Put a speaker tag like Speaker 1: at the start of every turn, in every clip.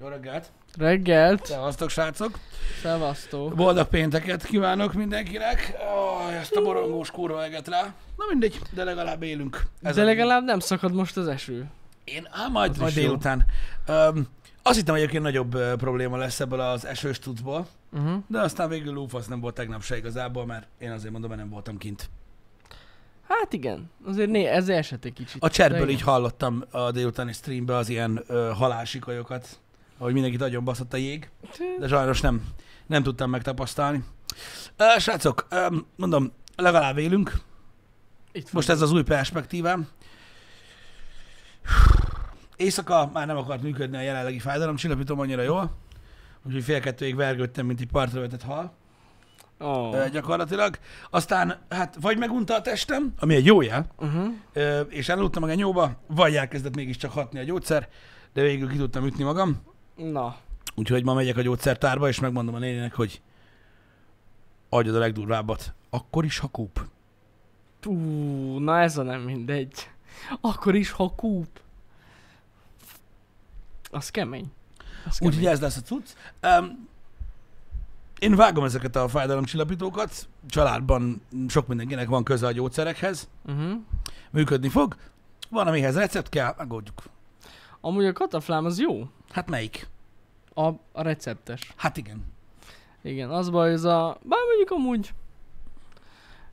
Speaker 1: Jó reggelt!
Speaker 2: Reggelt!
Speaker 1: Szevasztok, srácok!
Speaker 2: Szevasztok!
Speaker 1: Boldog pénteket kívánok mindenkinek! Oh, ezt a borongós kurva eget rá. Na mindegy, de legalább élünk.
Speaker 2: De
Speaker 1: a-
Speaker 2: legalább nem szakad most az eső.
Speaker 1: Én, á, majd,
Speaker 2: Az
Speaker 1: majd
Speaker 2: is jó.
Speaker 1: délután. Um, azt hittem egyébként nagyobb ö, probléma lesz ebből az esős tudszból,
Speaker 2: Uh-huh.
Speaker 1: de aztán végül lófasz nem volt tegnap se igazából, mert én azért mondom, mert nem voltam kint.
Speaker 2: Hát igen, azért né, ez esett egy kicsit.
Speaker 1: A cserből
Speaker 2: De
Speaker 1: így
Speaker 2: igen.
Speaker 1: hallottam a délutáni streambe az ilyen ö, halálsikajokat, ahogy mindenkit nagyon baszott a jég. de sajnos nem, nem tudtam megtapasztalni. Ö, Srácok, ö, mondom, legalább élünk.
Speaker 2: Itt
Speaker 1: Most ez az új perspektívám. Éjszaka már nem akart működni a jelenlegi fájdalomcsillapítom annyira jól, úgyhogy fél kettőig vergődtem, mint egy partra vetett hal
Speaker 2: Oh.
Speaker 1: ö, gyakorlatilag. Aztán hát vagy megunta a testem, ami egy jó jel,
Speaker 2: Uh-huh.
Speaker 1: ö, és elaludtam a genyóba, vagy elkezdett mégiscsak hatni a gyógyszer, de végül ki tudtam ütni magam.
Speaker 2: Na,
Speaker 1: Úgyhogy ma megyek a gyógyszertárba, és megmondom a néninek, hogy adjad a legdurvábbat. Akkor is, ha kúp.
Speaker 2: Ú, na ez a nem mindegy. Akkor is, ha kúp. Az kemény. Az kemény.
Speaker 1: Úgyhogy ez lesz a cucc. Um, én vágom ezeket a fájdalomcsillapítókat. Családban sok mindenkinek van köze a gyógyszerekhez.
Speaker 2: Uh-huh.
Speaker 1: Működni fog. Van, amihez recept kell, megoldjuk.
Speaker 2: Amúgy a kataflám az jó.
Speaker 1: Hát melyik?
Speaker 2: A, a receptes.
Speaker 1: Hát igen.
Speaker 2: Igen, az baj, ez a... Bár mondjuk amúgy...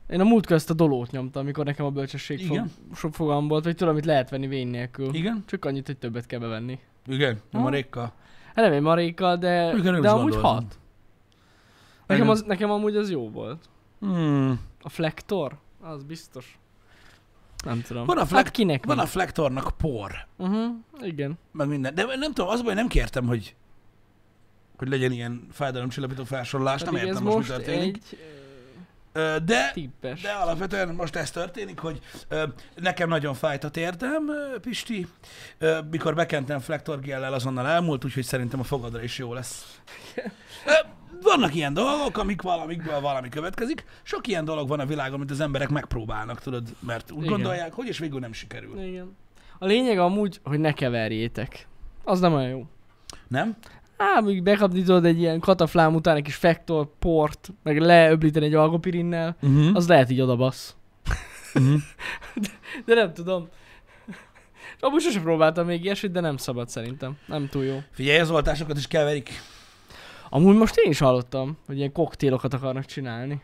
Speaker 2: Én a múltkor ezt a dolót nyomtam, amikor nekem a bölcsesség fog,
Speaker 1: Igen.
Speaker 2: sok fogam volt, vagy tudom, amit lehet venni vény nélkül.
Speaker 1: Igen?
Speaker 2: Csak annyit, hogy többet kell bevenni.
Speaker 1: Igen, nyomorékkal.
Speaker 2: Hát nem egy maréka, de,
Speaker 1: Igen, nem
Speaker 2: de
Speaker 1: is
Speaker 2: amúgy
Speaker 1: gondoltam.
Speaker 2: hat. Nekem, az, nekem amúgy az jó volt.
Speaker 1: Hmm.
Speaker 2: A flektor? Az biztos. Nem tudom.
Speaker 1: Van a flek-
Speaker 2: hát kinek
Speaker 1: Van
Speaker 2: mi?
Speaker 1: a flektornak por,
Speaker 2: Uh-huh, igen.
Speaker 1: meg minden. De nem tudom, az a baj, nem kértem, hogy hogy legyen ilyen fájdalomcsillapító felsorolás. Nem
Speaker 2: Pedig
Speaker 1: értem
Speaker 2: Hát ez
Speaker 1: most, mi
Speaker 2: most
Speaker 1: történik.
Speaker 2: egy
Speaker 1: Ö, De,
Speaker 2: tippes.
Speaker 1: de alapvetően most ez történik, hogy ö, nekem nagyon fájt a térdem, ö, Pisti. Ö, mikor bekentem flektorgellel, azonnal elmúlt, úgyhogy szerintem a fogadra is jó lesz. Ö, vannak ilyen dolgok, amik valamikből valami következik. Sok ilyen dolog van a világon, amit az emberek megpróbálnak, tudod, mert úgy
Speaker 2: Igen.
Speaker 1: gondolják, hogy és végül nem sikerül.
Speaker 2: Igen. A lényeg amúgy, hogy ne keverjétek. Az nem olyan jó.
Speaker 1: Nem?
Speaker 2: Á, még bekapni tudod egy ilyen kataflám után egy kis fektor, port, meg leöblíteni egy algopirinnel,
Speaker 1: Uh-huh.
Speaker 2: az lehet így odabasz.
Speaker 1: Mhm.
Speaker 2: de nem tudom. Amúgy sose próbáltam még ilyesmit, de nem szabad szerintem. Nem túl jó.
Speaker 1: Figyelj, az oltásokat is keverik.
Speaker 2: Amúgy most én is hallottam, hogy ilyen koktélokat akarnak csinálni.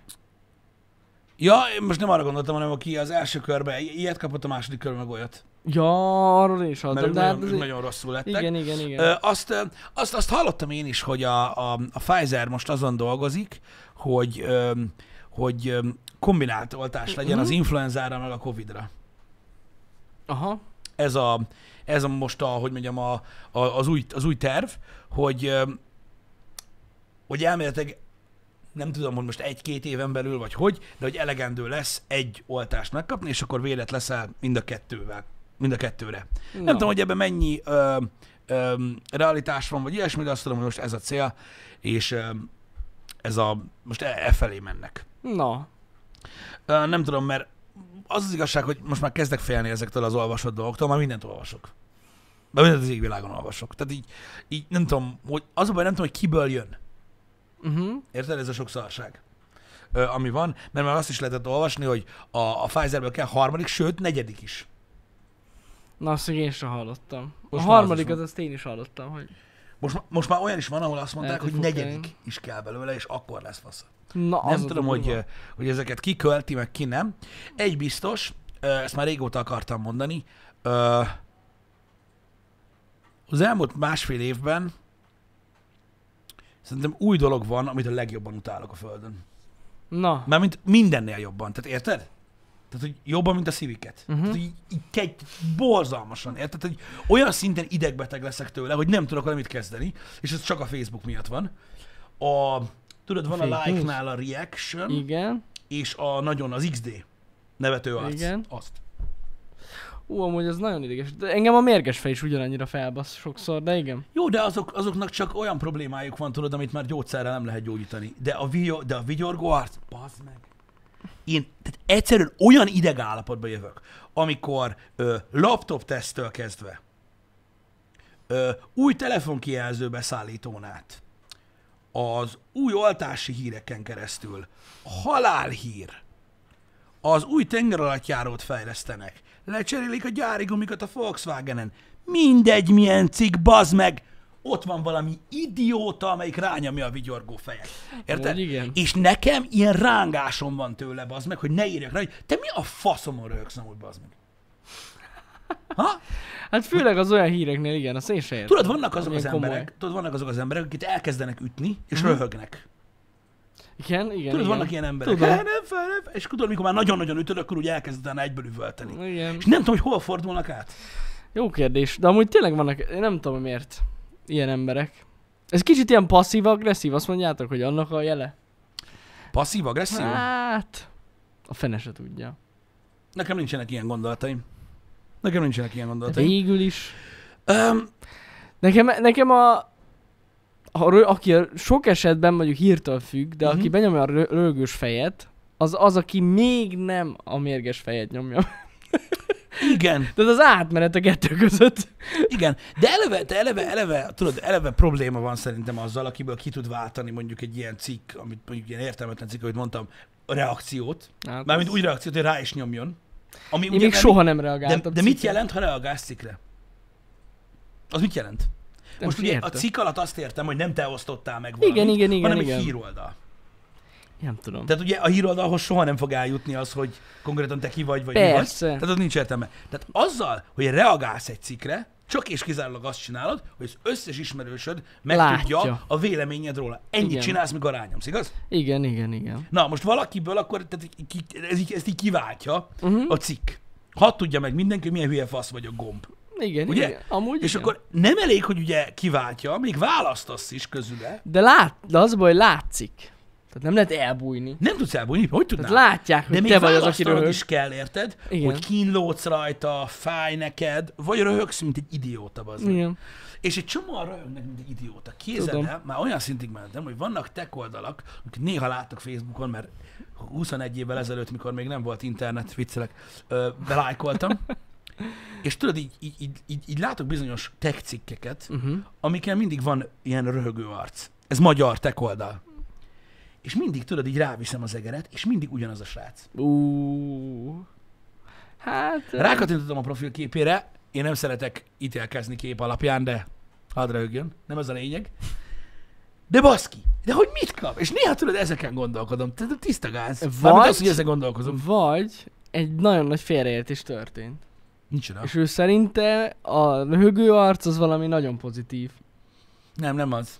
Speaker 1: Ja, én most nem arra gondoltam, hanem aki az első körbe i- ilyet kapott, a második körben meg olyat.
Speaker 2: Ja, arról én is
Speaker 1: Mert
Speaker 2: hallottam,
Speaker 1: ők
Speaker 2: de hát
Speaker 1: nagyon, ők
Speaker 2: azért...
Speaker 1: nagyon rosszul lettek.
Speaker 2: Igen, igen, igen.
Speaker 1: Ö, azt, ö, azt, azt hallottam én is, hogy a, a, a Pfizer most azon dolgozik, hogy öm, hogy öm, kombinált oltás legyen
Speaker 2: Mhm.
Speaker 1: az influenzára meg a Covid-ra.
Speaker 2: Aha.
Speaker 1: Ez a, ez a most a, hogy mondjam, a, a, az, új, az új terv, hogy, öm, hogy elméletileg nem tudom, hogy most egy-két éven belül, vagy hogy, de hogy elegendő lesz egy oltást megkapni, és akkor vélet leszel mind a kettővel, mind a kettőre.
Speaker 2: Na.
Speaker 1: Nem tudom, hogy ebben mennyi ö, ö, realitás van, vagy ilyesmi, de azt tudom, hogy most ez a cél, és ö, ez a, most e, e felé mennek.
Speaker 2: Na.
Speaker 1: Ö, nem tudom, mert az az igazság, hogy most már kezdek félni ezektől az olvasott dolgoktól, már mindent olvasok. Már mindent az égvilágon olvasok. Tehát így, így nem tudom, hogy az a baj, nem tudom, hogy kiből jön.
Speaker 2: Uh-huh.
Speaker 1: Érted? Ez a sok szarság. Ö, ami van, mert már azt is lehetett olvasni, hogy a, a Pfizerből kell harmadik, sőt, negyedik is.
Speaker 2: Na, azt még én sem hallottam.
Speaker 1: Most
Speaker 2: Most
Speaker 1: már
Speaker 2: a
Speaker 1: az
Speaker 2: harmadik
Speaker 1: is van.
Speaker 2: az, azt én is hallottam, hogy...
Speaker 1: Most, ma- most már olyan is van, ahol azt mondták,
Speaker 2: Lehet,
Speaker 1: hogy
Speaker 2: hogy fog
Speaker 1: negyedik
Speaker 2: kelleni.
Speaker 1: is kell belőle, és akkor lesz fasz.
Speaker 2: Na,
Speaker 1: Nem
Speaker 2: az a
Speaker 1: tudom,
Speaker 2: durva.
Speaker 1: hogy, hogy ezeket ki költi, meg ki nem. Egy biztos, ö, ezt már régóta akartam mondani, ö, az elmúlt másfél évben szerintem új dolog van, amit a legjobban utálok a Földön.
Speaker 2: Na.
Speaker 1: Mármint mindennél jobban, tehát érted? Tehát, hogy jobban, mint a sziviket.
Speaker 2: Mhm.
Speaker 1: Uh-huh. Tehát, így, így kegy, borzalmasan, érted? Tehát, hogy olyan szinten idegbeteg leszek tőle, hogy nem tudok vele mit kezdeni, és ez csak a Facebook miatt van. A, tudod, van a
Speaker 2: fake news?
Speaker 1: like-nál a reaction,
Speaker 2: Igen.
Speaker 1: és a nagyon az XD nevető arc.
Speaker 2: Igen.
Speaker 1: Azt.
Speaker 2: Ú, amúgy az nagyon ideges. De engem a mérges fej is ugyanannyira felbasz sokszor, de igen.
Speaker 1: Jó, de azok, azoknak csak olyan problémájuk van, tudod, amit már gyógyszerrel nem lehet gyógyítani. De a, vigyo, de a vigyorgó arc, bazd meg. Én tehát egyszerűen olyan idegállapotba jövök, amikor ö, laptop tesztől kezdve, Ö, új telefonkijelző beszállítón át, az új oltási híreken keresztül, a halálhír, az új tengeralattjárót fejlesztenek, lecserélik a gyári gumikat a Volkswagenen, mindegy milyen cikk, bazd meg, ott van valami idióta, amelyik rányomja a vigyorgó fejet. Érted?
Speaker 2: Amúgy igen.
Speaker 1: És nekem ilyen rángásom van tőle, bazd meg, hogy ne írjak rá, hogy te mi a faszomon röhögsz amúgy, bazd meg. Ha?
Speaker 2: Hát főleg az olyan híreknél, igen, azt én se értem.
Speaker 1: Tudod, vannak azok
Speaker 2: Ilyen
Speaker 1: az
Speaker 2: komoly.
Speaker 1: emberek, tudod, vannak azok az emberek, akik elkezdenek ütni, és röhögnek.
Speaker 2: Igen, igen,
Speaker 1: Tudod,
Speaker 2: igen.
Speaker 1: vannak ilyen emberek.
Speaker 2: Tudom.
Speaker 1: "Há, nem, fel, nem fel." És tudod, mikor már nagyon-nagyon ütöd, akkor úgy elkezded egyből üvölteni.
Speaker 2: Igen.
Speaker 1: És nem tudom, hogy hol fordulnak át.
Speaker 2: Jó kérdés, de amúgy tényleg vannak, én nem tudom hogy miért ilyen emberek. Ez kicsit ilyen passzív-agresszív, azt mondjátok, hogy annak a jele?
Speaker 1: Passzív, agresszív?
Speaker 2: Hát, a fene se tudja.
Speaker 1: Nekem nincsenek ilyen gondolataim. Nekem nincsenek ilyen gondolataim.
Speaker 2: Végül is.
Speaker 1: Öm,
Speaker 2: Nekem, nekem a, a rö, aki a sok esetben mondjuk hírtől függ, de aki
Speaker 1: Mhm.
Speaker 2: benyomja a rö, rögős fejet, az az, aki még nem a mérges fejet nyomja.
Speaker 1: igen,
Speaker 2: De az átmenet a kettő között.
Speaker 1: igen. De eleve, de eleve, eleve, tudod, eleve probléma van szerintem azzal, akiből ki tud váltani mondjuk egy ilyen cikk, amit mondjuk ilyen értelmetlen cikk, amit mondtam, a reakciót.
Speaker 2: Hát
Speaker 1: Mármint
Speaker 2: az-
Speaker 1: úgy reakciót, hogy rá is nyomjon. Ami
Speaker 2: Én még
Speaker 1: nem-
Speaker 2: soha nem
Speaker 1: De,
Speaker 2: reagáltam.
Speaker 1: de mit
Speaker 2: cikkre.
Speaker 1: jelent, ha reagálsz cikkre? Az mit jelent?
Speaker 2: Nem
Speaker 1: Most ugye
Speaker 2: értem.
Speaker 1: a cikk alatt azt értem, hogy nem te osztottál meg valamit,
Speaker 2: Igen, igen, igen,
Speaker 1: hanem
Speaker 2: igen.
Speaker 1: egy híroldal.
Speaker 2: Nem tudom.
Speaker 1: Tehát ugye a híroldalhoz soha nem fog eljutni az, hogy konkrétan te ki vagy, vagy mi vagy.
Speaker 2: Persze.
Speaker 1: Tehát ott nincs értelme. Tehát azzal, hogy reagálsz egy cikkre, csak és kizárólag azt csinálod, hogy az összes ismerősöd megtudja
Speaker 2: Látja.
Speaker 1: a véleményed róla. Ennyit
Speaker 2: Igen.
Speaker 1: csinálsz, mikor rányomsz, igaz?
Speaker 2: Igen, igen, igen.
Speaker 1: Na, most valakiből akkor tehát így ki- ez így, ezt így kiváltja
Speaker 2: Mhm.
Speaker 1: uh-huh. a cikk. Hadd tudja meg mindenki, hogy milyen hülye fasz vagy a gomb.
Speaker 2: Igen,
Speaker 1: Ugye?
Speaker 2: igen. Amúgy
Speaker 1: És
Speaker 2: igen.
Speaker 1: akkor nem elég, hogy ugye kiváltja, még választasz is közüle.
Speaker 2: De, lát, de az a baj, hogy látszik. Tehát nem lehet elbújni.
Speaker 1: Nem tudsz elbújni, hogy
Speaker 2: Tehát
Speaker 1: tudnál?
Speaker 2: látják,
Speaker 1: De
Speaker 2: Hát hogy
Speaker 1: még
Speaker 2: te vagy az, aki
Speaker 1: választanod
Speaker 2: röhög.
Speaker 1: is kell, érted? Igen.
Speaker 2: Igen.
Speaker 1: Hogy kínlódsz rajta, fáj neked, vagy röhögsz, mint egy idióta, az.
Speaker 2: Igen.
Speaker 1: És egy csomóan röhögnek, mint egy idióta. Képzeld
Speaker 2: Tudom.
Speaker 1: el, már olyan szintig mentem, hogy vannak tech oldalak, akik néha láttak Facebookon, mert 21 évvel ezelőtt, mikor még nem volt internet, viccelek, ö, belájkoltam. És tudod, így, így, így, így, így látok bizonyos tech cikkeket,
Speaker 2: Uh-huh.
Speaker 1: amiken mindig van ilyen röhögő arc. Ez magyar tech oldal. És mindig, tudod, így ráviszem az egeret, és mindig ugyanaz a srác.
Speaker 2: Ú. Hát... eh,
Speaker 1: Rákattintottam a profilképére, én nem szeretek ítélkezni kép alapján, de hadd röhögjön, nem ez a lényeg. De baszki, de hogy mit kap? És néha tudod, ezeken gondolkodom. Tehát tiszta gáz. Vagy...
Speaker 2: Vagy-
Speaker 1: az, hogy ezen gondolkozom.
Speaker 2: Vagy egy nagyon nagy félreértés történt.
Speaker 1: Nincs oda.
Speaker 2: És ő szerinte a röhögő arc az valami nagyon pozitív.
Speaker 1: Nem, nem az.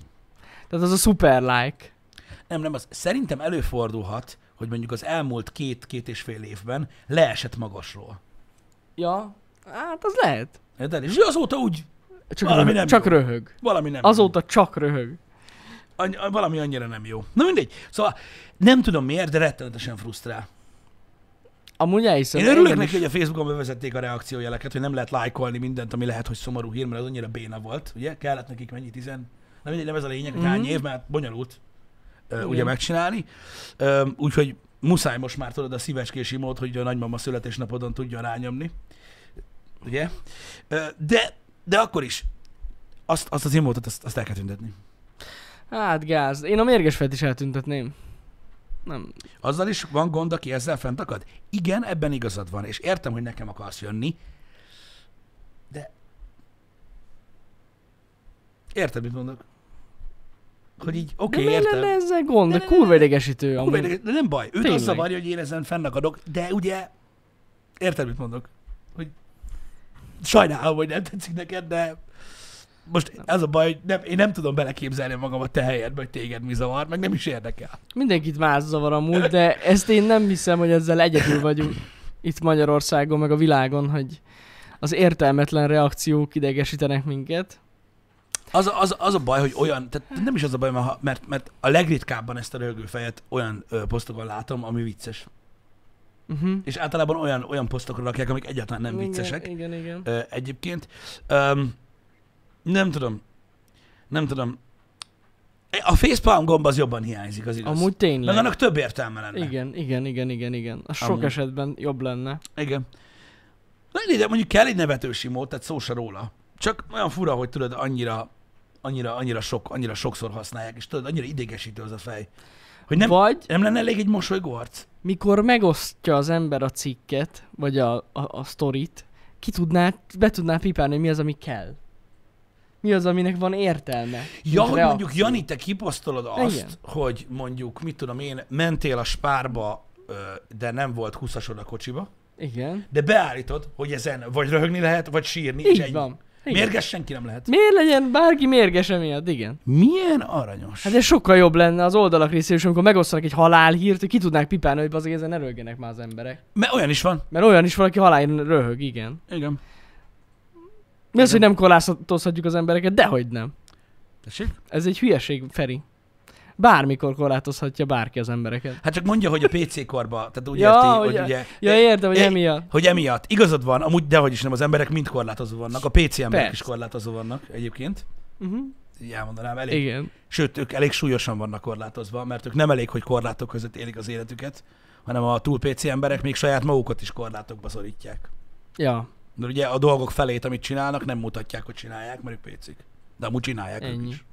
Speaker 2: Tehát az a super like.
Speaker 1: Nem, nem az. Szerintem előfordulhat, hogy mondjuk az elmúlt két-két és fél évben leesett magasról.
Speaker 2: Ja, hát az lehet.
Speaker 1: Érted? És ő azóta úgy
Speaker 2: Csak,
Speaker 1: Valami
Speaker 2: röhög.
Speaker 1: nem
Speaker 2: csak
Speaker 1: jó.
Speaker 2: röhög.
Speaker 1: valami nem.
Speaker 2: Azóta csak röhög.
Speaker 1: Any- a- valami annyira nem jó. Na mindegy. Szóval nem tudom miért, de rettenetesen frusztrál.
Speaker 2: Amúgy elhiszem.
Speaker 1: Én örülök
Speaker 2: engem
Speaker 1: neki,
Speaker 2: is.
Speaker 1: hogy a Facebookon bevezették a reakciójeleket, hogy nem lehet lájkolni mindent, ami lehet, hogy szomorú hír, mert az annyira béna volt. Ugye? Kellett nekik mennyi tizen... Nem mindegy, nem ez a lényeg, hogy hány
Speaker 2: Mhm.
Speaker 1: év, mert bonyolult ö, ugye
Speaker 2: Igen.
Speaker 1: megcsinálni. Ö, úgyhogy muszáj most már tudod a szívecskési mód, hogy a nagymama születésnapodon tudja rányomni. Ugye? Ö, de, de akkor is azt, azt az imótot, azt, azt el kell tüntetni.
Speaker 2: Hát gáz. Én a mérges fet is eltüntetném. Nem.
Speaker 1: Azzal is van gond, aki ezzel fent akad? Igen, ebben igazad van, és értem, hogy nekem akarsz jönni, de... Érted, mit mondok? Hogy így,
Speaker 2: De
Speaker 1: oké, okay,
Speaker 2: miért
Speaker 1: értem.
Speaker 2: lenne ezzel gond?
Speaker 1: Ne,
Speaker 2: De
Speaker 1: ne, ne, ne.
Speaker 2: kurva idegesítő
Speaker 1: Hú,
Speaker 2: amúgy.
Speaker 1: érdekes, de nem baj, őt
Speaker 2: Tényleg.
Speaker 1: az zavarja, hogy én ezen fennakadok, de ugye... Érted, mit mondok? Hogy sajnálom, hogy nem tetszik neked, de most ez a baj, hogy nem, én nem tudom beleképzelni magamat te helyedbe, hogy téged mi zavar, meg nem is érdekel.
Speaker 2: Mindenkit más zavar amúgy, de ezt én nem hiszem, hogy ezzel egyedül vagyunk itt Magyarországon, meg a világon, hogy az értelmetlen reakciók idegesítenek minket.
Speaker 1: Az, a- az, az a baj, hogy olyan, tehát nem is az a baj, mert, ha- mert, mert a legritkábban ezt a röhögő fejet olyan ö, posztokon látom, ami vicces.
Speaker 2: Uh-huh.
Speaker 1: És általában olyan, olyan posztokra rakják, amik egyáltalán nem viccesek
Speaker 2: Igen, igen. igen.
Speaker 1: ö, egyébként. Öm, nem tudom. Nem tudom. A facepalm gomb az jobban hiányzik, az igaz.
Speaker 2: Amúgy
Speaker 1: Meg
Speaker 2: tényleg.
Speaker 1: annak több értelme lenne.
Speaker 2: Igen, igen, igen, igen, igen. A sok
Speaker 1: Amúgy.
Speaker 2: esetben jobb lenne.
Speaker 1: Igen. Na, de mondjuk kell egy nevetős imót, tehát szó se róla. Csak olyan fura, hogy tudod, annyira, annyira, annyira, sok, annyira sokszor használják, és tudod, annyira idegesítő az a fej. Hogy nem,
Speaker 2: Vagy
Speaker 1: nem lenne elég egy mosolygó arc?
Speaker 2: mikor megosztja az ember a cikket, vagy a, a, a sztorit, ki tudná, be tudná pipálni, hogy mi az, ami kell. Mi az, aminek van értelme.
Speaker 1: Ja,
Speaker 2: mint
Speaker 1: hogy
Speaker 2: reakció.
Speaker 1: mondjuk Jani, te kiposztolod azt,
Speaker 2: Igen.
Speaker 1: hogy mondjuk, mit tudom én, mentél a spárba, ö, de nem volt 20 a kocsiba,
Speaker 2: Igen.
Speaker 1: de beállítod, hogy ezen vagy röhögni lehet, vagy sírni. és
Speaker 2: Így
Speaker 1: ennyi.
Speaker 2: van. Igen.
Speaker 1: Mérges senki nem lehet.
Speaker 2: Hát Miért legyen bárki mérges emiatt? Igen.
Speaker 1: Milyen aranyos.
Speaker 2: Hát ez sokkal jobb lenne az oldalak részéről, is, amikor megosztanak egy halálhírt, hogy ki tudnák pipálni, hogy azért ezen ne röhögjenek már az emberek.
Speaker 1: Mert olyan is van.
Speaker 2: Mert olyan is valaki halálhír röhög, igen.
Speaker 1: Igen.
Speaker 2: Mi az,
Speaker 1: Igen.
Speaker 2: hogy nem korlátozhatjuk az embereket? Dehogy nem.
Speaker 1: Tessék?
Speaker 2: Ez egy hülyeség, Feri. Bármikor korlátozhatja bárki az embereket.
Speaker 1: Hát csak mondja, hogy a PC korba, tehát úgy
Speaker 2: Ja,
Speaker 1: érti, hogy,
Speaker 2: ugye.
Speaker 1: ugye,
Speaker 2: Ja,
Speaker 1: eh,
Speaker 2: értem, hogy
Speaker 1: eh,
Speaker 2: emiatt.
Speaker 1: hogy emiatt. Igazad van, amúgy dehogy is nem, az emberek mind korlátozó vannak, a PC emberek
Speaker 2: Persze.
Speaker 1: is korlátozó vannak egyébként.
Speaker 2: Uh-huh.
Speaker 1: Így elmondanám, elég.
Speaker 2: Igen.
Speaker 1: Sőt, ők elég súlyosan vannak korlátozva, mert ők nem elég, hogy korlátok között élik az életüket, hanem a túl PC emberek még saját magukat is korlátokba szorítják.
Speaker 2: Ja,
Speaker 1: De ugye a dolgok felét, amit csinálnak, nem mutatják, hogy csinálják, mert ők PC-k. De amúgy csinálják ők
Speaker 2: Ennyi.
Speaker 1: is.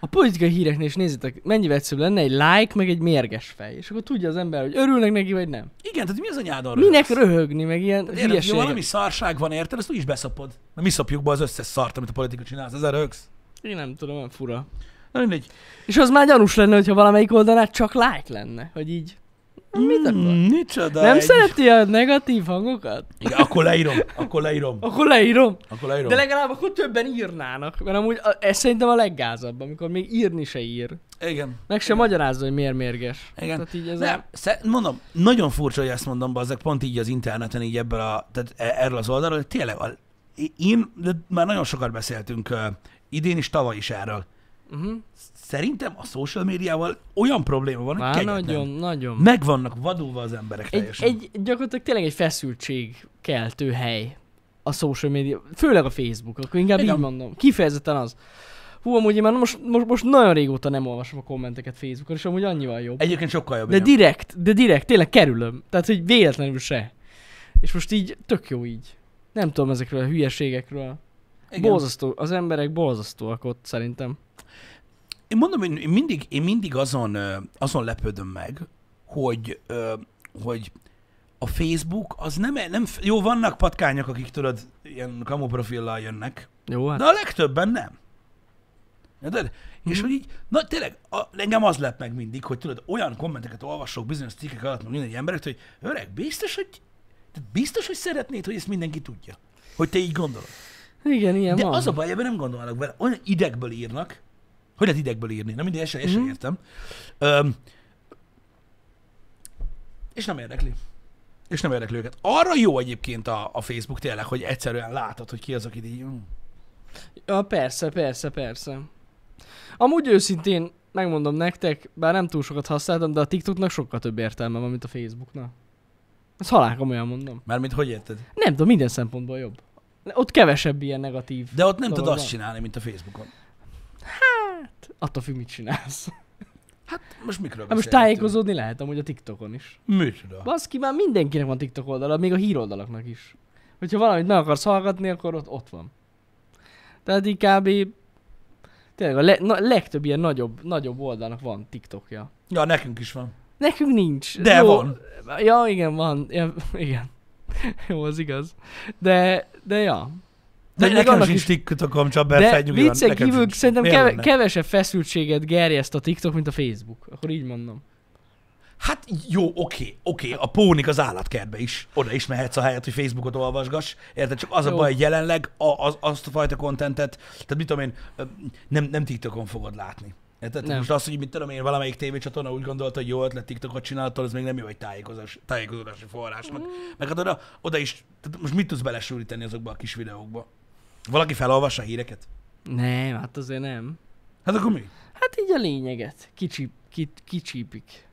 Speaker 2: A politikai híreknél is nézzétek, mennyivel egyszerűbb lenne egy like, meg egy mérges fej. És akkor tudja az ember, hogy örülnek neki, vagy nem.
Speaker 1: Igen, tehát mi az anyádon
Speaker 2: Minek röhögni, meg ilyen
Speaker 1: Hát Érted, ha valami
Speaker 2: hülyeségek.
Speaker 1: szarság van, érted, azt úgy is beszapod. Na, mi szopjuk be az összes szart, amit a politika csinál, ezzel rögsz.
Speaker 2: Én nem tudom, olyan fura.
Speaker 1: Na mindegy.
Speaker 2: És az már gyanús lenne, hogyha valamelyik oldalát csak like lenne, hogy így. Na, Mit akar?
Speaker 1: Mm, micsoda.
Speaker 2: nem
Speaker 1: egy-
Speaker 2: szereti a negatív hangokat?
Speaker 1: Igen, akkor leírom, akkor leírom,
Speaker 2: Akkor leírom.
Speaker 1: akkor leírom.
Speaker 2: De legalább akkor többen írnának, mert amúgy a- ez szerintem a leggázabb, amikor még írni se ír.
Speaker 1: Igen.
Speaker 2: Meg se magyarázza, hogy miért mérges.
Speaker 1: Igen.
Speaker 2: Tehát így ez
Speaker 1: Nem,
Speaker 2: a...
Speaker 1: sze- mondom, nagyon furcsa, hogy ezt mondom, bazzak, pont így az interneten, így ebből a, tehát e- erről az oldalról, hogy tényleg, a, én, de már nagyon sokat beszéltünk ö, idén is, tavaly is erről.
Speaker 2: Uh-huh.
Speaker 1: Szerintem a social médiával olyan probléma van, hogy
Speaker 2: Már
Speaker 1: kegyetlen.
Speaker 2: nagyon, nagyon.
Speaker 1: Meg vannak vadulva az emberek
Speaker 2: egy,
Speaker 1: teljesen.
Speaker 2: egy, gyakorlatilag tényleg egy feszültség keltő hely a social media, főleg a Facebook, akkor inkább
Speaker 1: Igen.
Speaker 2: így mondom, kifejezetten az. Hú, amúgy én már most, most, most nagyon régóta nem olvasom a kommenteket Facebookon, és amúgy annyival jobb.
Speaker 1: Egyébként sokkal jobb.
Speaker 2: De
Speaker 1: igen.
Speaker 2: direkt, de direkt, tényleg kerülöm. Tehát, hogy véletlenül se. És most így tök jó így. Nem tudom ezekről a hülyeségekről.
Speaker 1: Igen.
Speaker 2: Borzasztó, az emberek borzasztóak ott szerintem.
Speaker 1: Én mondom, én én mindig, én mindig azon, ö, azon lepődöm meg, hogy, ö, hogy a Facebook az nem, nem, jó, vannak patkányok, akik tudod, ilyen kamu profillal jönnek,
Speaker 2: Jó, hát.
Speaker 1: de a legtöbben nem. Érted? És hogy így, na tényleg, a, engem az lep meg mindig, hogy tudod, olyan kommenteket olvasok bizonyos cikkek alatt, meg mindegy emberek, hogy öreg, biztos, hogy tehát biztos, hogy szeretnéd, hogy ezt mindenki tudja. Hogy te így gondolod.
Speaker 2: Igen, ilyen
Speaker 1: De
Speaker 2: van.
Speaker 1: az a baj, ebben nem gondolnak bele. Olyan idegből írnak. Hogy lehet idegből írni? Na mindegy, ezt se, ezt se
Speaker 2: Mhm.
Speaker 1: értem. Öm, és nem érdekli. És nem érdekli őket. Arra jó egyébként a, a Facebook tényleg, hogy egyszerűen látod, hogy ki az, aki így... mm.
Speaker 2: Ja, persze, persze, persze. Amúgy őszintén megmondom nektek, bár nem túl sokat használtam, de a TikToknak sokkal több értelme van, mint a Facebooknak. Ez halál komolyan mondom.
Speaker 1: Mármint hogy érted?
Speaker 2: Nem tudom, minden szempontból jobb. Ott kevesebb ilyen negatív.
Speaker 1: De ott nem
Speaker 2: dolog
Speaker 1: tudod azt
Speaker 2: van.
Speaker 1: csinálni, mint a Facebookon.
Speaker 2: Attól függ, mit csinálsz.
Speaker 1: Hát most mikről
Speaker 2: Hát most tájékozódni lehet amúgy a TikTokon is.
Speaker 1: Micsoda?
Speaker 2: Baszki, már mindenkinek van TikTok oldala, még a híroldalaknak is. Hogyha valamit meg akarsz hallgatni, akkor ott, ott van. Tehát így kb. Tényleg a le, na, legtöbb ilyen nagyobb, nagyobb oldalnak van TikTokja.
Speaker 1: Ja, nekünk is van.
Speaker 2: Nekünk nincs.
Speaker 1: De
Speaker 2: Jó.
Speaker 1: van.
Speaker 2: Ja, igen, van. Ja, igen. Jó, az igaz. De, de ja.
Speaker 1: De
Speaker 2: még
Speaker 1: nekem
Speaker 2: annak
Speaker 1: sincs TikTokom, csak
Speaker 2: De
Speaker 1: berfegy
Speaker 2: viccen kívül szerintem keve,
Speaker 1: keve...
Speaker 2: kevesebb feszültséget gerjeszt a TikTok, mint a Facebook. Akkor így mondom.
Speaker 1: Hát jó, oké, oké, a pónik az állatkertbe is. Oda is mehetsz a helyet, hogy Facebookot olvasgass. Érted? Csak az a
Speaker 2: Jó.
Speaker 1: baj, hogy jelenleg a, az, azt a fajta kontentet, tehát mit tudom én, ö, nem, nem TikTokon fogod látni. Érted?
Speaker 2: Nem.
Speaker 1: Nem. Most azt, hogy mit tudom én, valamelyik tévécsatorna úgy gondolta, hogy jó ötlet TikTokot csináltól, az még nem jó egy tájékozás, tájékozódási forrásnak.
Speaker 2: Mm.
Speaker 1: Meg hát oda, oda is, tehát most mit tudsz belesúrítani azokba a kis videókba? Valaki felolvassa a híreket?
Speaker 2: Nem, hát azért nem.
Speaker 1: Hát akkor mi?
Speaker 2: Hát így a lényeget. Kicsi, ki, kicsípik.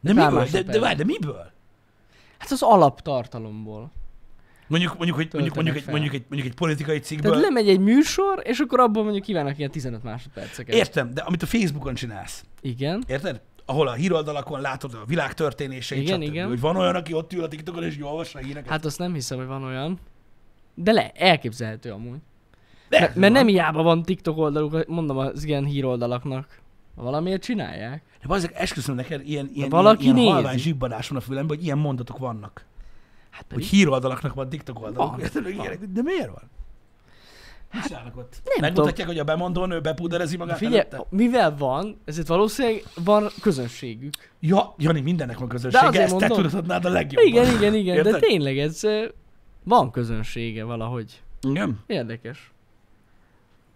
Speaker 1: De,
Speaker 2: pár
Speaker 1: miből? De, de,
Speaker 2: másodperc.
Speaker 1: várj, de miből?
Speaker 2: Hát az alaptartalomból.
Speaker 1: Mondjuk, mondjuk, hogy, mondjuk,
Speaker 2: Töltenek
Speaker 1: mondjuk, egy,
Speaker 2: fel.
Speaker 1: mondjuk, egy, mondjuk egy politikai cikkből.
Speaker 2: Tehát lemegy egy műsor, és akkor abból mondjuk kívánnak ilyen 15 másodperceket.
Speaker 1: Értem, de amit a Facebookon csinálsz,
Speaker 2: Igen.
Speaker 1: érted? Ahol a híroldalakon látod a világ történéseit,
Speaker 2: Igen,
Speaker 1: stb.
Speaker 2: igen.
Speaker 1: Hogy van olyan, aki ott ül a TikTokon és így olvassa a híreket. Hát,
Speaker 2: Hát azt nem hiszem, hogy van olyan. De le, elképzelhető amúgy.
Speaker 1: De,
Speaker 2: Mert, mert nem hiába van TikTok oldaluk, mondom az ilyen híroldalaknak. Valamiért csinálják.
Speaker 1: De azért esküszöm neked, ilyen, ilyen,
Speaker 2: valaki
Speaker 1: ilyen, ilyen
Speaker 2: nézi.
Speaker 1: halvány zsibbanás van a fülemben, hogy ilyen mondatok vannak.
Speaker 2: Hát pedig,
Speaker 1: Hogy híroldalaknak van TikTok oldaluk.
Speaker 2: Van,
Speaker 1: Érted, hogy ilyenek, De miért van? Hát, ott?
Speaker 2: nem
Speaker 1: Megmutatják, hogy a bemondón ő bepuderezi magát
Speaker 2: figyelj,
Speaker 1: előtte?
Speaker 2: mivel van, ezért valószínűleg van közönségük.
Speaker 1: Ja, Jani, mindennek van közönsége,
Speaker 2: azért
Speaker 1: ezt te
Speaker 2: mondom.
Speaker 1: tudod adnád a legjobban.
Speaker 2: Igen, igen, igen, Érted? de
Speaker 1: Érted?
Speaker 2: tényleg ez ö, van közönsége valahogy.
Speaker 1: Igen.
Speaker 2: Érdekes.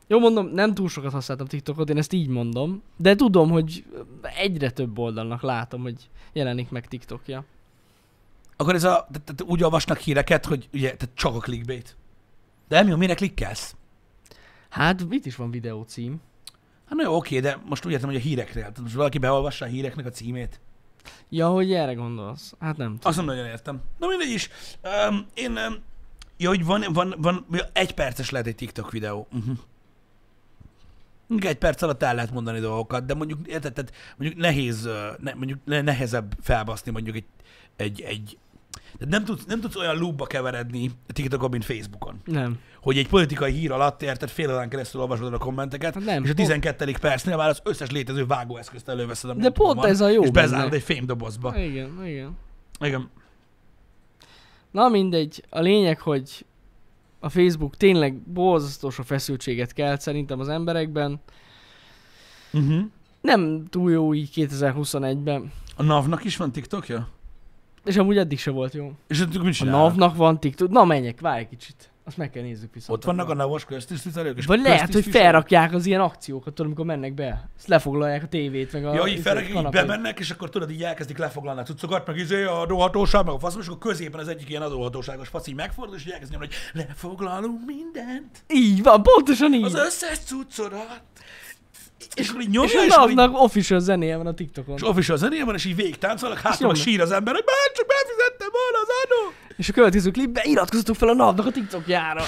Speaker 2: Jó, mondom, nem túl sokat használtam TikTokot, én ezt így mondom, de tudom, hogy egyre több oldalnak látom, hogy jelenik meg TikTokja.
Speaker 1: Akkor ez a, tehát tehát úgy olvasnak híreket, hogy ugye, tehát csak a clickbait. De nem jó, mire klikkelsz?
Speaker 2: Hát, itt is van videó cím.
Speaker 1: Hát na jó, oké, de most úgy értem, hogy a hírekre. Tehát most valaki beolvassa a híreknek a címét.
Speaker 2: Ja, hogy erre gondolsz? Hát nem tudom.
Speaker 1: Azt nem nagyon értem. Na mindegy is. Um, én... Um, ja, hogy van, van, van ja, egy perces lehet egy TikTok videó. Uh-huh. Még egy perc alatt el lehet mondani dolgokat, de mondjuk, érted, tehát mondjuk nehéz, ö, ne, mondjuk ne- nehezebb felbaszni mondjuk egy, egy, egy tehát nem tudsz, nem tudsz olyan lúbba keveredni TikTokon, mint Facebookon.
Speaker 2: Nem.
Speaker 1: Hogy egy politikai hír alatt, érted, fél órán keresztül olvasod a kommenteket,
Speaker 2: Hát nem.
Speaker 1: és a 12. percnél már az összes létező vágóeszközt előveszed, ami
Speaker 2: De
Speaker 1: ott van,
Speaker 2: pont ez a jó
Speaker 1: És bezárod
Speaker 2: benne.
Speaker 1: egy fémdobozba.
Speaker 2: Igen, igen.
Speaker 1: Igen.
Speaker 2: Na mindegy, a lényeg, hogy a Facebook tényleg borzasztó sok feszültséget kelt szerintem az emberekben.
Speaker 1: Uh-huh.
Speaker 2: Nem túl jó így 2021-ben.
Speaker 1: A NAV-nak is van TikTokja? És
Speaker 2: És amúgy eddig se volt jó.
Speaker 1: tudjuk, mit
Speaker 2: A
Speaker 1: csinálnak?
Speaker 2: NAV-nak van TikTok. Na menjek, várj egy kicsit. Azt meg kell nézzük viszont.
Speaker 1: Ott vannak a NAV-os köztisztviselők? és
Speaker 2: Vagy lehet, hogy
Speaker 1: köztisztviselők?
Speaker 2: felrakják az ilyen akciókat, tudom, amikor mennek be. Ezt lefoglalják a tévét, meg a
Speaker 1: Ja, így felrakják, így
Speaker 2: kanapét.
Speaker 1: bemennek, és akkor tudod, így elkezdik lefoglalni a cuccokat, meg izé a adóhatóság, meg a faszom, és akkor középen az egyik ilyen adóhatóságos fasz így megfordul, és így elkezd nyomni, hogy lefoglalunk mindent,
Speaker 2: Így van, pontosan így.
Speaker 1: az összes cuccodat. És akkor így
Speaker 2: és
Speaker 1: nyomja,
Speaker 2: a
Speaker 1: és, akkor így-
Speaker 2: NAV-nak official zenéje van a TikTokon.
Speaker 1: és official zenéje van, és így végig táncolnak, hát meg
Speaker 2: nyomja.
Speaker 1: sír az ember, hogy már csak befizettem volna az adó.
Speaker 2: És a következő klipben iratkozzatok fel a NAV-nak a TikTokjára.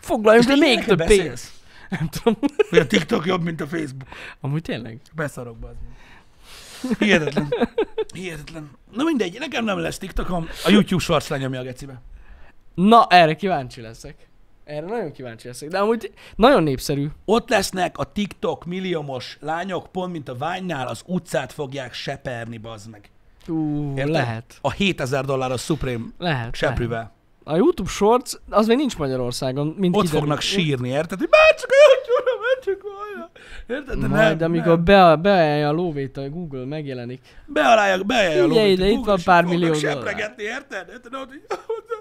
Speaker 2: Foglaljunk
Speaker 1: És
Speaker 2: be
Speaker 1: te
Speaker 2: még
Speaker 1: ilyenekről
Speaker 2: több
Speaker 1: beszélsz?
Speaker 2: pénzt. Nem tudom.
Speaker 1: Hogy a TikTok jobb, mint a Facebook.
Speaker 2: Amúgy tényleg.
Speaker 1: Beszarok, bazd meg. Hihetetlen. Hihetetlen. Na mindegy, nekem nem lesz TikTokom. A YouTube sorts lenyomja a gecibe.
Speaker 2: Na, erre kíváncsi leszek. Erre nagyon kíváncsi leszek. De amúgy nagyon népszerű.
Speaker 1: Ott lesznek a TikTok milliómos lányok, pont mint a Ványnál, az utcát fogják seperni, bazd meg.
Speaker 2: Ú,
Speaker 1: Érted?
Speaker 2: lehet.
Speaker 1: A 7000 dolláros Supreme
Speaker 2: Lehet. lehet.
Speaker 1: seprűvel.
Speaker 2: A YouTube Shorts, az még nincs Magyarországon. Mint
Speaker 1: Ott
Speaker 2: kiderül.
Speaker 1: fognak sírni, érted? Hogy már csak a YouTube-ra, már csak volna. Érted? De
Speaker 2: Majd,
Speaker 1: nem,
Speaker 2: de amikor
Speaker 1: nem.
Speaker 2: be, beállja a lóvét, a Google megjelenik.
Speaker 1: Bealálják, beállják a
Speaker 2: Figyelj
Speaker 1: lóvét,
Speaker 2: ide,
Speaker 1: a
Speaker 2: itt
Speaker 1: Google,
Speaker 2: van
Speaker 1: és
Speaker 2: pár
Speaker 1: fognak
Speaker 2: millió
Speaker 1: sepregetni, érted? Érted? Ott, hogy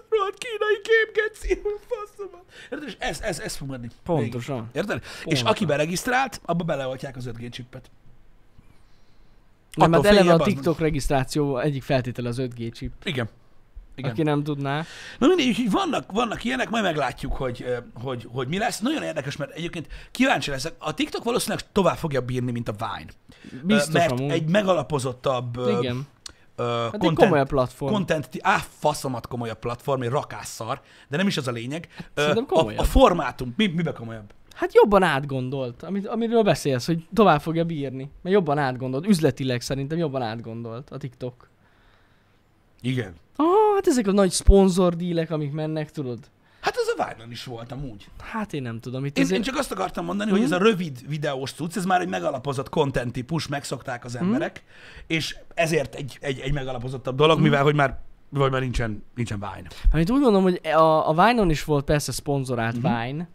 Speaker 1: rohadt kínai kép, geci, faszomat. Érted? És ez, ez, ez fog menni. Végig.
Speaker 2: Pontosan.
Speaker 1: Érted? És aki beregisztrált, abba beleoltják az 5G csippet.
Speaker 2: Nem, hát
Speaker 1: Attól
Speaker 2: eleve
Speaker 1: följebb
Speaker 2: a
Speaker 1: az
Speaker 2: TikTok regisztráció egyik feltétele az 5G chip.
Speaker 1: Igen. Igen.
Speaker 2: Aki nem tudná.
Speaker 1: Na mindegy, úgyhogy vannak, vannak ilyenek, majd meglátjuk, hogy, ö, hogy, hogy mi lesz. Nagyon érdekes, mert egyébként kíváncsi leszek. A TikTok valószínűleg tovább fogja bírni, mint a Vine.
Speaker 2: Biztos
Speaker 1: Ö, mert
Speaker 2: amúgy.
Speaker 1: egy megalapozottabb ö,
Speaker 2: Igen.
Speaker 1: ö,
Speaker 2: Hát egy
Speaker 1: content,
Speaker 2: komolyabb platform.
Speaker 1: content, á, faszomat komolyabb platform, egy rakásszar, de nem is az a lényeg. Ö,
Speaker 2: szerintem
Speaker 1: a,
Speaker 2: komolyabb.
Speaker 1: a formátum, mi, mibe komolyabb?
Speaker 2: Hát jobban átgondolt, amit, amiről beszélsz, hogy tovább fogja bírni. Mert jobban átgondolt, üzletileg szerintem jobban átgondolt a TikTok.
Speaker 1: Igen.
Speaker 2: Ah, hát ezek a nagy szponzordílek, amik mennek, tudod?
Speaker 1: Hát ez a Vine-on is voltam úgy.
Speaker 2: Hát én nem tudom, itt
Speaker 1: Én, én
Speaker 2: azért... Mhm.
Speaker 1: csak azt akartam mondani, hogy ez a rövid videós cucc, ez már egy megalapozott content típus, megszokták
Speaker 2: Mhm.
Speaker 1: az emberek, és ezért egy, egy, egy megalapozottabb dolog, mivel
Speaker 2: Mhm.
Speaker 1: hogy már vagy már nincsen, nincsen Vine.
Speaker 2: Amit Hát úgy gondolom, hogy a, a Vine-on is volt persze szponzorált
Speaker 1: Mhm.
Speaker 2: uh-huh. Vine,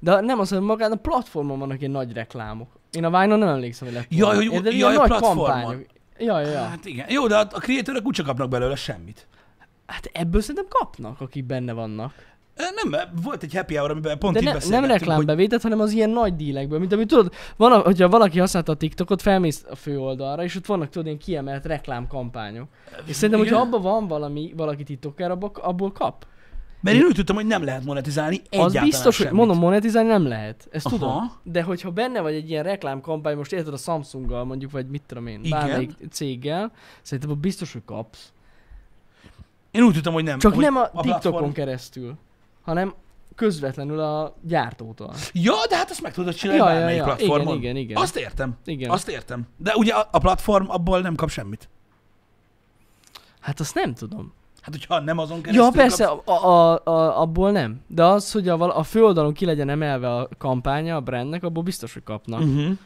Speaker 2: de nem az, hogy magán a platformon vannak ilyen nagy reklámok. Én a Vine-on nem emlékszem, hogy lett
Speaker 1: Jaj,
Speaker 2: volna.
Speaker 1: hogy ú-
Speaker 2: Érted,
Speaker 1: jaj,
Speaker 2: ilyen
Speaker 1: a
Speaker 2: nagy
Speaker 1: platformon.
Speaker 2: kampányok. Jaj, jaj, jaj.
Speaker 1: Hát igen. Jó, de a, a creatorok úgyse kapnak belőle semmit.
Speaker 2: Hát ebből szerintem kapnak, akik benne vannak.
Speaker 1: Ö, Nem, mert volt egy happy hour, amiben pont
Speaker 2: De
Speaker 1: így
Speaker 2: ne, nem
Speaker 1: beszélgettünk, hogy
Speaker 2: reklámbevételt, hanem az ilyen nagy dílekből, mint amit tudod, van, a- hogyha valaki használta a TikTokot, felmész a főoldalra, és ott vannak tudod ilyen kiemelt reklámkampányok. És szerintem, hogyha
Speaker 1: igen.
Speaker 2: abban van valami, valaki titokár, abba, abból kap.
Speaker 1: Mert én úgy tudtam, hogy nem lehet monetizálni egyáltalán
Speaker 2: az biztos,
Speaker 1: semmit.
Speaker 2: hogy mondom, monetizálni nem lehet. Ezt
Speaker 1: Aha.
Speaker 2: tudom. De hogyha benne vagy egy ilyen reklámkampány, most érted a Samsunggal mondjuk, vagy mit tudom én,
Speaker 1: Igen.
Speaker 2: bármelyik céggel, szerintem abban biztos, hogy kapsz.
Speaker 1: Én úgy tudtam, hogy nem.
Speaker 2: Csak
Speaker 1: hogy
Speaker 2: nem a, TikTokon
Speaker 1: platform-
Speaker 2: keresztül, hanem közvetlenül a gyártótól.
Speaker 1: Ja, de hát azt meg tudod csinálni
Speaker 2: Ja, ja,
Speaker 1: bármelyik
Speaker 2: ja.
Speaker 1: platformon.
Speaker 2: Igen, igen, igen.
Speaker 1: Azt értem.
Speaker 2: Igen.
Speaker 1: Igen. Azt értem. De ugye a, a platform abból nem kap semmit.
Speaker 2: Hát azt nem tudom.
Speaker 1: Hát, hogyha nem azon keresztül
Speaker 2: Ja, persze,
Speaker 1: kapsz-
Speaker 2: a, a, a, abból nem. De az, hogy a, vala- a főoldalon ki legyen emelve a kampánya a brandnek, abból biztos, hogy kapnak.
Speaker 1: Uh-huh.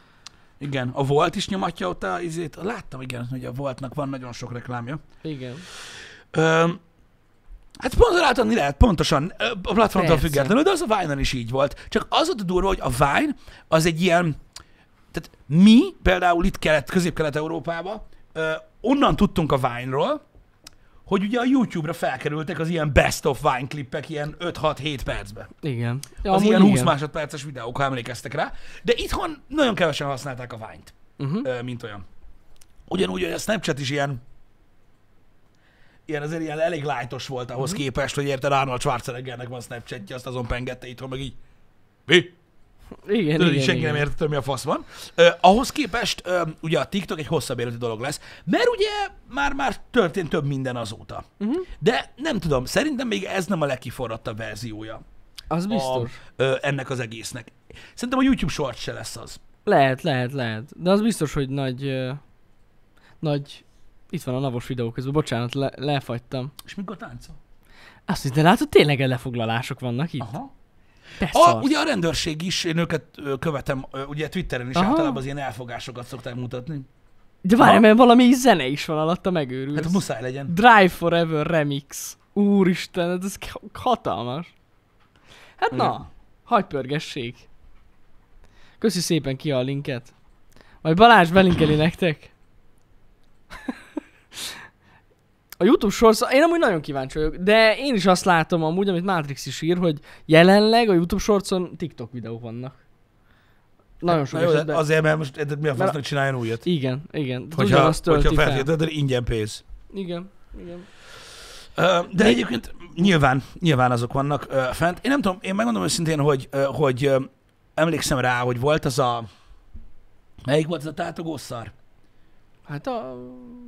Speaker 1: Igen, a Volt is nyomatja ott a izét. Láttam, igen, hogy a Voltnak van nagyon sok reklámja.
Speaker 2: Igen.
Speaker 1: Öm, hát szponzoráltani lehet, pontosan, ö, a platformtól
Speaker 2: Persze.
Speaker 1: függetlenül, de az a Vine-on is így volt. Csak az ott a durva, hogy a Vine az egy ilyen, tehát mi például itt kelet, közép-kelet-európába, ö, onnan tudtunk a Vine-ról, hogy ugye a YouTube-ra felkerültek az ilyen best of Vine klippek ilyen 5-6-7 percbe.
Speaker 2: Igen. Ja,
Speaker 1: Az
Speaker 2: amúgy
Speaker 1: ilyen 20
Speaker 2: igen.
Speaker 1: másodperces videók, ha emlékeztek rá. De itthon nagyon kevesen használták a Vine-t
Speaker 2: Uh-huh.
Speaker 1: ö, mint olyan. Ugyanúgy, hogy a Snapchat is ilyen, ilyen azért ilyen elég lájtos volt ahhoz
Speaker 2: Mhm.
Speaker 1: uh-huh. képest, hogy érted Arnold Schwarzeneggernek van Snapchatje, azt azon pengette itthon, meg így, mi?
Speaker 2: Igen,
Speaker 1: Tudod,
Speaker 2: igen,
Speaker 1: így senki
Speaker 2: igen.
Speaker 1: nem értette, mi a fasz van. Ö, ahhoz képest ö, ugye a TikTok egy hosszabb életű dolog lesz, mert ugye már-már történt több minden azóta.
Speaker 2: Mhm.
Speaker 1: Uh-huh. De nem tudom, szerintem még ez nem a legkiforradtabb verziója
Speaker 2: Az
Speaker 1: a,
Speaker 2: biztos.
Speaker 1: ö, ennek az egésznek. Szerintem a YouTube short se lesz az.
Speaker 2: Lehet, lehet, lehet. De az biztos, hogy nagy... ö, nagy... Itt van a navos videó közben, bocsánat, le, lefagytam.
Speaker 1: És mikor táncol?
Speaker 2: Azt hiszem, de látod, tényleg lefoglalások vannak itt.
Speaker 1: Aha.
Speaker 2: Te
Speaker 1: A,
Speaker 2: szarsz.
Speaker 1: Ah. ugye a rendőrség is, én őket ö, követem, ö, ugye Twitteren is Aha.
Speaker 2: Aha.
Speaker 1: általában az ilyen elfogásokat szokták mutatni.
Speaker 2: De várj,
Speaker 1: Aha.
Speaker 2: mert valami zene is van alatta, megőrülsz.
Speaker 1: Ah. Hát muszáj legyen.
Speaker 2: Drive Forever Remix. Úristen, hát ez k- hatalmas. Hát na,
Speaker 1: Igen.
Speaker 2: hagyd pörgessék. Köszi szépen ki a linket. Majd Balázs belinkeli nektek. A YouTube Shorts, én amúgy nagyon kíváncsi vagyok, de én is azt látom amúgy, amit Matrix is ír, hogy jelenleg a YouTube Shortson TikTok videók vannak. Nagyon sok
Speaker 1: Na jó, de
Speaker 2: esetben.
Speaker 1: azért, mert most érted, mi a
Speaker 2: Mert-
Speaker 1: fasznak csináljon újat.
Speaker 2: Igen, igen.
Speaker 1: Hogyha,
Speaker 2: Ugyanazt
Speaker 1: hogyha
Speaker 2: tölti fel.
Speaker 1: feltétlenül ingyen pénz.
Speaker 2: Igen, igen.
Speaker 1: Ö, De egyébként nyilván, nyilván azok vannak ö, fent. Én nem tudom, én megmondom őszintén, hogy, ö, hogy ö, emlékszem rá, hogy volt az a... Melyik volt az a tátogó szar?
Speaker 2: Hát a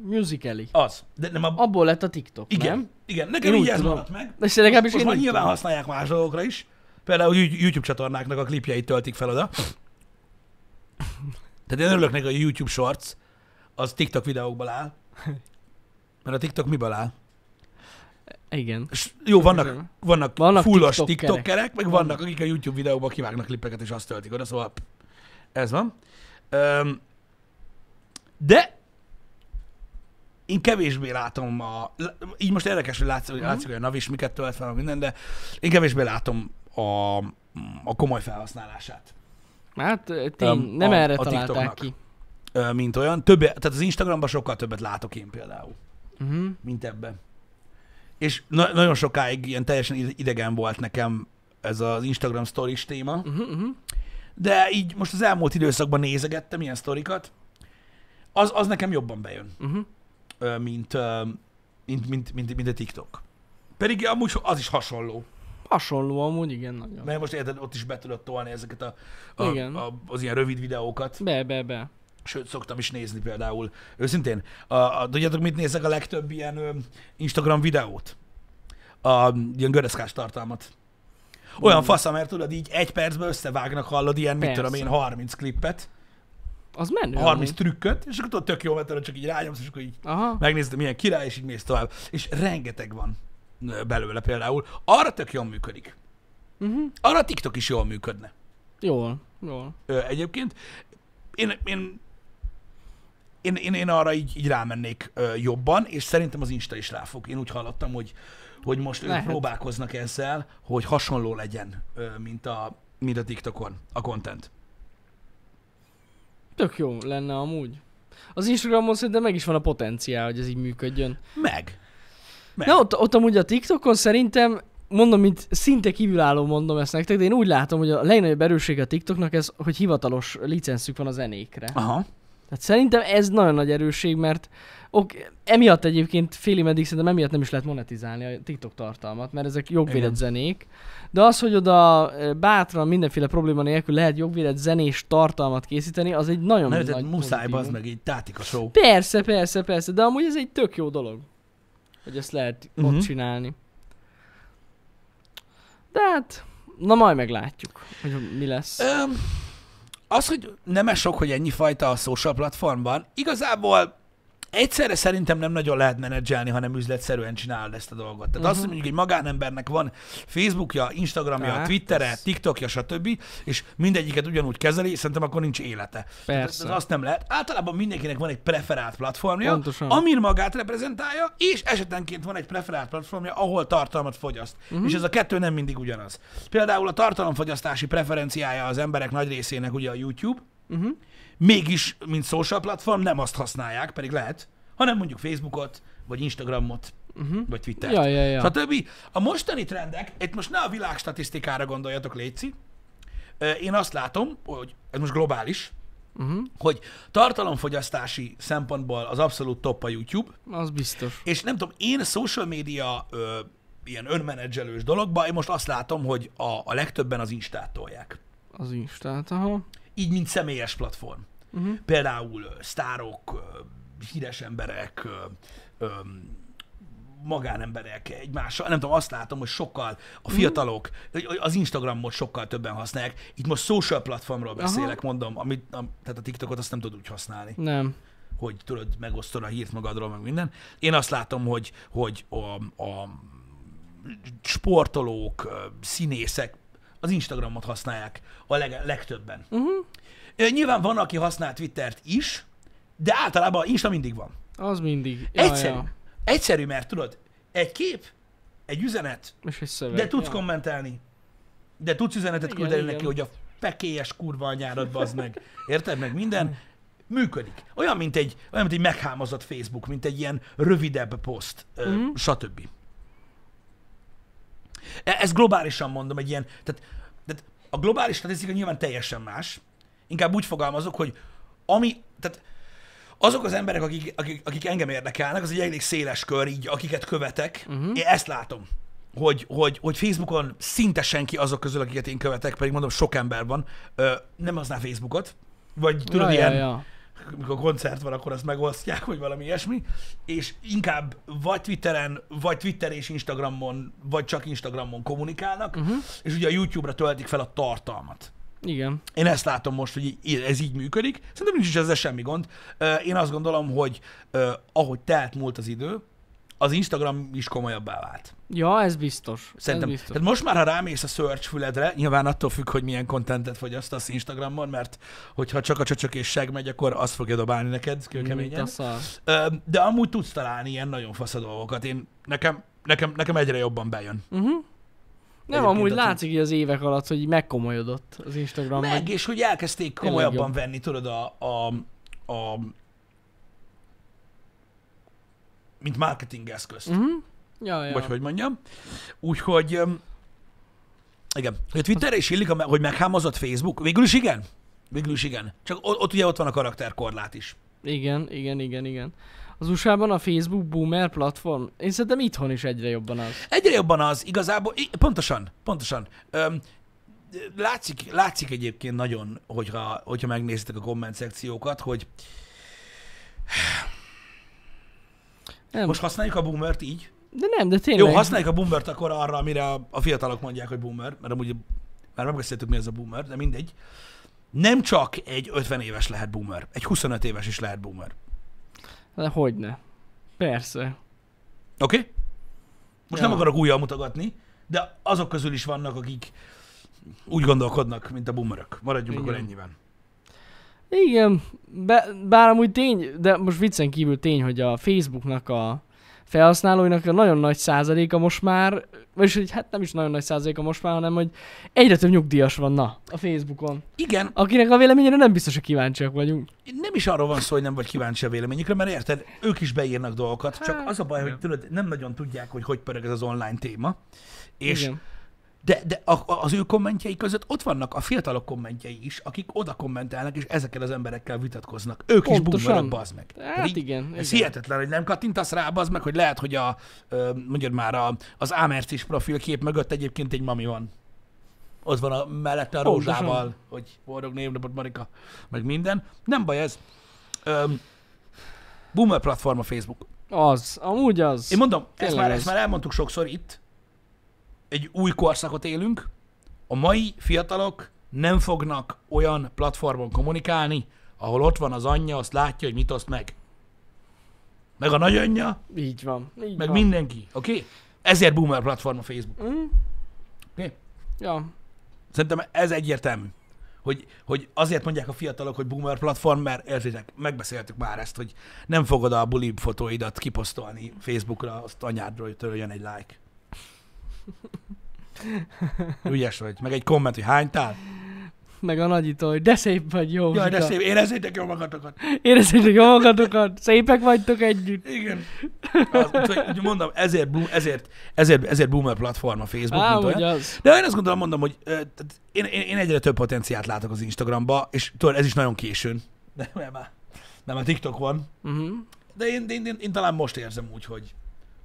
Speaker 2: Musical.ly.
Speaker 1: Az. De nem a...
Speaker 2: Abból lett a TikTok,
Speaker 1: Igen.
Speaker 2: nem?
Speaker 1: Igen, nekem
Speaker 2: Én
Speaker 1: így
Speaker 2: úgy
Speaker 1: ez
Speaker 2: tudom.
Speaker 1: maradt meg.
Speaker 2: De se legalábbis
Speaker 1: Most
Speaker 2: én
Speaker 1: már
Speaker 2: úgy
Speaker 1: nyilván
Speaker 2: tudom.
Speaker 1: használják más dolgokra is. Például Yu- YouTube csatornáknak a klipjeit töltik fel oda. Tehát én örülök neki, hogy a YouTube Shorts az TikTok videókból áll. Mert a TikTok miből áll?
Speaker 2: Igen.
Speaker 1: És jó, vannak, vannak, vannak
Speaker 2: Vannak
Speaker 1: fullos
Speaker 2: tiktokkerek.
Speaker 1: TikTokerek, meg vannak, akik a YouTube videóba kivágnak klippeket, és azt töltik oda, szóval pff, ez van. Öm, de én kevésbé látom a... Így most érdekes, hogy látszik, hogy,
Speaker 2: Mhm.
Speaker 1: látszik, hogy a NAV is miket tölt fel, meg minden, de én kevésbé látom a, a komoly felhasználását,
Speaker 2: Hát ö, tény,
Speaker 1: Öm,
Speaker 2: nem
Speaker 1: a-
Speaker 2: erre
Speaker 1: a
Speaker 2: találták
Speaker 1: TikToknak.
Speaker 2: ki.
Speaker 1: ö, mint olyan. Többe, tehát az Instagramban sokkal többet látok én például.
Speaker 2: Uh-huh.
Speaker 1: mint ebben. És na- nagyon sokáig ilyen teljesen ide- idegen volt nekem ez az Instagram stories téma,
Speaker 2: Uh-huh, uh-huh.
Speaker 1: de így most az elmúlt időszakban nézegettem ilyen sztorikat, az, az nekem jobban bejön,
Speaker 2: Uh-huh.
Speaker 1: ö, mint, ö, mint, mint, mint, mint a TikTok. Pedig amúgy so- az is hasonló,
Speaker 2: Hasonló amúgy, igen, nagyon.
Speaker 1: mert most érted, ott is be tudod tolni ezeket a, a,
Speaker 2: Igen.
Speaker 1: a, az ilyen rövid videókat,
Speaker 2: Be, be, be.
Speaker 1: sőt, szoktam is nézni például. Őszintén, a, a, tudjátok, mit nézek a legtöbb ilyen ö, Instagram videót? A, ilyen göreszkás tartalmat. Olyan
Speaker 2: Mm.
Speaker 1: fasza, mert tudod, így egy percben összevágnak, hallod ilyen, mit
Speaker 2: Persze.
Speaker 1: tudom én, 30 klippet,
Speaker 2: Az menő.
Speaker 1: 30
Speaker 2: amúgy.
Speaker 1: trükköt, és akkor tudod, tök jó, mert tudod, csak így rányomsz, és akkor így
Speaker 2: Aha.
Speaker 1: megnézed, milyen király, és így mész tovább. És rengeteg van ö, belőle például. Arra tök jól működik.
Speaker 2: Uh-huh.
Speaker 1: Arra a TikTok is jól működne.
Speaker 2: Jól, jól.
Speaker 1: Ö, egyébként. Én, én, én, én, én arra így, így rámennék ö, jobban, és szerintem az Insta is rá fog. Én úgy hallottam, hogy, hogy most ők
Speaker 2: Lehet.
Speaker 1: próbálkoznak ezzel, hogy hasonló legyen, ö, mint a, mint a TikTokon a content.
Speaker 2: Tök jó lenne amúgy. Az Instagramon szerintem meg is van a potenciál, hogy ez így működjön.
Speaker 1: Meg. Meg.
Speaker 2: Na, ott, ott amúgy a TikTokon szerintem, mondom, mint szinte kívülálló mondom ezt nektek, de én úgy látom, hogy a legnagyobb erőssége a TikToknak ez, hogy hivatalos licenszük van a zenékre.
Speaker 1: Aha.
Speaker 2: Tehát szerintem ez nagyon nagy erősség, mert ok, emiatt egyébként félig meddig szerintem emiatt nem is lehet monetizálni a TikTok tartalmat, mert ezek jogvédett
Speaker 1: Igen.
Speaker 2: zenék. De az, hogy oda ö, bátran mindenféle probléma nélkül lehet jogvédett zenés tartalmat készíteni, az egy nagyon
Speaker 1: Na,
Speaker 2: nagy
Speaker 1: tehát muszáj,
Speaker 2: pozitívum.
Speaker 1: az meg így tátik a show.
Speaker 2: Persze, persze, persze, de amúgy ez egy tök jó dolog, hogy ezt lehet uh-huh.
Speaker 1: Mhm.
Speaker 2: ott csinálni. De hát, na majd meglátjuk, hogy mi lesz.
Speaker 1: Öm, az, hogy nem sok, hogy ennyi fajta a social platformban, igazából egyszerre szerintem nem nagyon lehet menedzselni, hanem üzletszerűen csinálod ezt a dolgot. Tehát uh-huh. azt hogy mondjuk, hogy magánembernek van Facebookja, Instagramja,
Speaker 2: Mhm. Hát,
Speaker 1: Twittere,
Speaker 2: ez-
Speaker 1: TikTokja, stb., és mindegyiket ugyanúgy kezeli, szerintem akkor nincs élete. Tehát
Speaker 2: Persze.
Speaker 1: Ez azt nem lehet. Általában mindenkinek van egy preferált platformja,
Speaker 2: Pontosan.
Speaker 1: amin magát reprezentálja, és esetenként van egy preferált platformja, ahol tartalmat fogyaszt. Uh-huh. És ez a kettő nem mindig ugyanaz. Például a tartalomfogyasztási preferenciája az emberek nagy részének ugye a YouTube,
Speaker 2: Uh-huh.
Speaker 1: mégis, mint social platform, nem azt használják, pedig lehet, hanem mondjuk Facebookot, vagy Instagramot, uh-huh. vagy Twittert.
Speaker 2: Mhm. Ja, ja, ja.
Speaker 1: Stb. A mostani trendek, itt most ne a világ statisztikára gondoljatok, Léci. Ö, Én azt látom, hogy ez most globális,
Speaker 2: Uh-huh.
Speaker 1: hogy tartalomfogyasztási szempontból az abszolút top a YouTube,
Speaker 2: Az biztos.
Speaker 1: és nem tudom, én social media ö, ilyen önmenedzselős dologban, én most azt látom, hogy a, a legtöbben az Instát tolják.
Speaker 2: Az Instát, aha.
Speaker 1: Így, mint személyes platform.
Speaker 2: Uh-huh.
Speaker 1: Például ö, sztárok, ö, híres emberek, ö, ö, magánemberek egymással, nem tudom, azt látom, hogy sokkal a fiatalok, ö, az Instagramot sokkal többen használják. Itt most social platformról beszélek, Aha. mondom, amit, am, tehát a TikTokot azt nem tudod úgy használni.
Speaker 2: Nem.
Speaker 1: hogy tudod, megosztod a hírt magadról, meg minden. Én azt látom, hogy, hogy a, a sportolók, ö, színészek az Instagramot használják a leg, legtöbben.
Speaker 2: Uh-huh.
Speaker 1: Ö, Nyilván van, aki használ Twittert is, de általában Insta mindig van.
Speaker 2: Az mindig. Ja,
Speaker 1: Egyszerű.
Speaker 2: Ja.
Speaker 1: Egyszerű, mert tudod, egy kép, egy üzenet,
Speaker 2: És egy szöveg.
Speaker 1: de tudsz
Speaker 2: ja.
Speaker 1: kommentelni. De tudsz üzenetet
Speaker 2: Igen,
Speaker 1: küldeni
Speaker 2: igen.
Speaker 1: neki, hogy a pekélyes kurva anyárat bazd meg. Érted? Meg minden. Működik. Olyan, mint egy, olyan, mint egy meghámozott Facebook, mint egy ilyen rövidebb poszt,
Speaker 2: Mhm.
Speaker 1: mm. stb. E- Ezt globálisan mondom, egy ilyen, tehát, tehát a globális statisztika nyilván teljesen más. Inkább úgy fogalmazok, hogy ami, tehát azok az emberek, akik, akik, akik engem érdekelnek, az egy elég széles kör, így akiket követek. Uh-huh.
Speaker 2: Mhm.
Speaker 1: Én ezt látom, hogy, hogy, hogy Facebookon szinte senki azok közül, akiket én követek, pedig mondom, sok ember van, ö, nem használ Facebookot, vagy tudod,
Speaker 2: ja,
Speaker 1: ilyen,
Speaker 2: Ja, ja.
Speaker 1: mikor koncert van, akkor azt megosztják, vagy valami ilyesmi, és inkább vagy Twitteren, vagy Twitter és Instagramon, vagy csak Instagramon kommunikálnak,
Speaker 2: Mhm.
Speaker 1: uh-huh. és ugye a YouTube-ra töltik fel a tartalmat.
Speaker 2: Igen.
Speaker 1: Én ezt látom most, hogy í- ez így működik. Szerintem nincs is ezzel semmi gond. Ö, Én azt gondolom, hogy ö, ahogy telt múlt az idő, az Instagram is komolyabbá vált.
Speaker 2: Ja, ez biztos.
Speaker 1: Szerintem.
Speaker 2: Ez biztos.
Speaker 1: Tehát most már, ha rámész a search füledre, nyilván attól függ, hogy milyen kontentet fogyasztasz Instagramon, mert hogyha csak a csöcsök és seg megy, akkor azt fogja dobálni neked
Speaker 2: Mint a
Speaker 1: kőkeményen.
Speaker 2: szar.
Speaker 1: Ö, De amúgy tudsz találni ilyen nagyon fasz a dolgokat. Én, nekem, nekem, nekem egyre jobban bejön.
Speaker 2: Nem,
Speaker 1: Egyébként
Speaker 2: amúgy
Speaker 1: a-
Speaker 2: látszik így az évek alatt, hogy így megkomolyodott az Instagram. Meg...
Speaker 1: Meg, és hogy elkezdték
Speaker 2: Tényleg
Speaker 1: komolyabban
Speaker 2: jobb.
Speaker 1: venni, tudod, a, a, a mint marketing eszközt, uh-huh.
Speaker 2: Ja, ja.
Speaker 1: vagy hogy mondjam. Úgyhogy, öm, igen, hogy a Twitterre is illik, a me- hogy meghámozott Facebook, végül is igen. Végül is igen. Csak ott, ott ugye ott van a karakterkorlát is.
Speaker 2: Igen, igen, igen, igen. Az USA-ban a Facebook boomer platform, én szerintem itthon is egyre jobban az.
Speaker 1: Egyre jobban az, igazából, i- pontosan, pontosan. Öm, látszik, látszik egyébként nagyon, hogyha, hogyha megnézitek a komment szekciókat, hogy
Speaker 2: Nem,
Speaker 1: most használjuk a boomert így,
Speaker 2: de nem, de tényleg.
Speaker 1: Jó, használjuk a boomert akkor arra, amire a, a fiatalok mondják, hogy boomer, mert amúgy már megbeszéltük, mi az a boomer, de mindegy. Nem csak egy 50 éves lehet boomer, egy 25 éves is lehet boomer.
Speaker 2: De hogyne. Persze.
Speaker 1: Oké? Okay? Most
Speaker 2: Ja.
Speaker 1: nem akarok újjal mutogatni, de azok közül is vannak, akik úgy gondolkodnak, mint a boomerök. Maradjunk
Speaker 2: Igen.
Speaker 1: akkor ennyiben.
Speaker 2: Igen, be, bár amúgy tény, de most viccen kívül tény, hogy a Facebooknak a felhasználóinak a nagyon nagy százaléka most már, vagyis hogy hát nem is nagyon nagy százaléka most már, hanem hogy egyre több nyugdíjas van, na, a Facebookon.
Speaker 1: Igen,
Speaker 2: Akinek a véleményére nem biztos, hogy kíváncsiak vagyunk.
Speaker 1: nem is arról van szó, hogy nem vagy kíváncsi a véleményükre, mert érted, ők is beírnak dolgokat, csak
Speaker 2: Hát,
Speaker 1: az a baj, hogy
Speaker 2: igen.
Speaker 1: tudod, nem nagyon tudják, hogy hogy pörög ez az online téma, és
Speaker 2: Igen.
Speaker 1: De, de a, a- az ő kommentjei között ott vannak a fiatalok kommentjei is, akik oda kommentelnek, és ezekkel az emberekkel vitatkoznak. Ők is
Speaker 2: Pontosan.
Speaker 1: boomerok, bazd meg.
Speaker 2: Hát
Speaker 1: Pedig
Speaker 2: igen,
Speaker 1: Ez
Speaker 2: igen.
Speaker 1: hihetetlen, hogy nem kattintasz rá, bazd meg, hogy lehet, hogy a, ö, mondjad már, a, az Amercis profilkép mögött egyébként egy mami van. Ott van a mellette a
Speaker 2: Pontosan.
Speaker 1: rózsával, hogy boldog névnapot Marika, meg minden. Nem baj ez. Öm, boomer platform a Facebook.
Speaker 2: Az, amúgy az.
Speaker 1: Én mondom, ezt
Speaker 2: Tényleg
Speaker 1: már,
Speaker 2: az.
Speaker 1: ezt már elmondtuk sokszor itt. Egy új korszakot élünk. A mai fiatalok nem fognak olyan platformon kommunikálni, ahol ott van az anyja, azt látja, hogy mit oszt meg. meg a nagyanyja,
Speaker 2: Így van. Így
Speaker 1: meg
Speaker 2: van.
Speaker 1: mindenki, oké? Okay? Ezért boomer platform a Facebook.
Speaker 2: Mm.
Speaker 1: Oké.
Speaker 2: Ja.
Speaker 1: Szerintem ez egyértelmű. Hogy, hogy azért mondják a fiatalok, hogy boomer platform, mert értitek, megbeszéltük már ezt, hogy nem fogod a buli fotóidat kiposztolni Facebookra, azt anyádról hogy töröljön egy like. Ügyes vagy. Meg egy komment, hogy hánytál?
Speaker 2: Meg a nagyító, hogy de szép vagy, jó.
Speaker 1: Jaj, de
Speaker 2: Zsika.
Speaker 1: szép, érezzétek jól magatokat.
Speaker 2: Érezzétek jól magatokat, szépek vagytok együtt.
Speaker 1: Igen. Az, úgyhogy- úgyhogy mondom, ezért, bu- ezért, ezért, ezért boomer platform a Facebook,
Speaker 2: Á,
Speaker 1: mint olyan.
Speaker 2: hogy az.
Speaker 1: De én azt gondolom, mondom, hogy ö, tehát én, én, én egyre több potenciált látok az Instagramba, és tudod, ez is nagyon későn. De mert már, nem, már TikTok van.
Speaker 2: Uh-huh.
Speaker 1: De én, én, én, én talán most érzem úgy, hogy,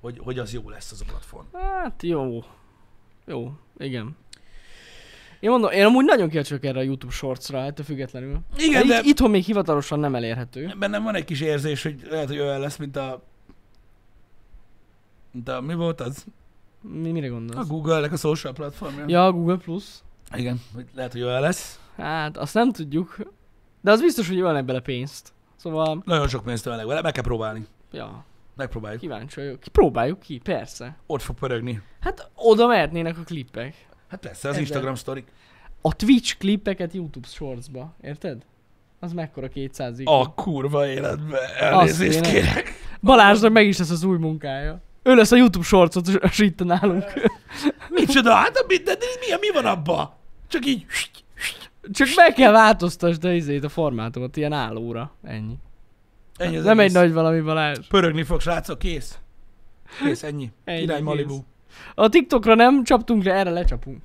Speaker 1: hogy, hogy az jó lesz az a platform.
Speaker 2: Hát jó. Jó, igen. Én mondom, én amúgy nagyon kiacsok erre a YouTube Shortsra, ettől függetlenül.
Speaker 1: Igen, de
Speaker 2: Itt, itthon még hivatalosan nem elérhető.
Speaker 1: bennem van egy kis érzés, hogy lehet, hogy olyan lesz, mint a... Mint a, mi volt az?
Speaker 2: Mi, mire
Speaker 1: A
Speaker 2: gondolsz?
Speaker 1: Google-nek a social platformja.
Speaker 2: Ja, a Google Plus.
Speaker 1: Igen, hogy lehet, hogy olyan lesz.
Speaker 2: Hát, azt nem tudjuk. De az biztos, hogy ölnek bele pénzt. Szóval,
Speaker 1: Nagyon sok pénzt ölnek vele, meg kell próbálni.
Speaker 2: ja,
Speaker 1: Megpróbáljuk.
Speaker 2: kíváncsi vagyok. Ki próbáljuk ki, persze.
Speaker 1: Ott fog pörögni.
Speaker 2: Hát oda mehetnének a klippek.
Speaker 1: Hát persze, az
Speaker 2: Ezzel.
Speaker 1: Instagram sztorik.
Speaker 2: A Twitch klippeket YouTube shortsba, érted? Az mekkora 200 ig
Speaker 1: A kurva életbe. Elnézést
Speaker 2: tényleg.
Speaker 1: kérek.
Speaker 2: Balázsnak meg is lesz az új munkája. Ő lesz a YouTube shortsot, és itt nálunk.
Speaker 1: Micsoda, hát a de, de mi, mi van abba? Csak így...
Speaker 2: Csak meg kell változtasd a izét, a formátumot, ilyen állóra. Ennyi.
Speaker 1: Ennyi az
Speaker 2: nem
Speaker 1: egész.
Speaker 2: egy nagy valami Balázs.
Speaker 1: Pörögni fog, srácok, kész. Kész, ennyi.
Speaker 2: Ennyi,
Speaker 1: Király
Speaker 2: kész.
Speaker 1: Malibu.
Speaker 2: A TikTokra nem csaptunk le, erre lecsapunk.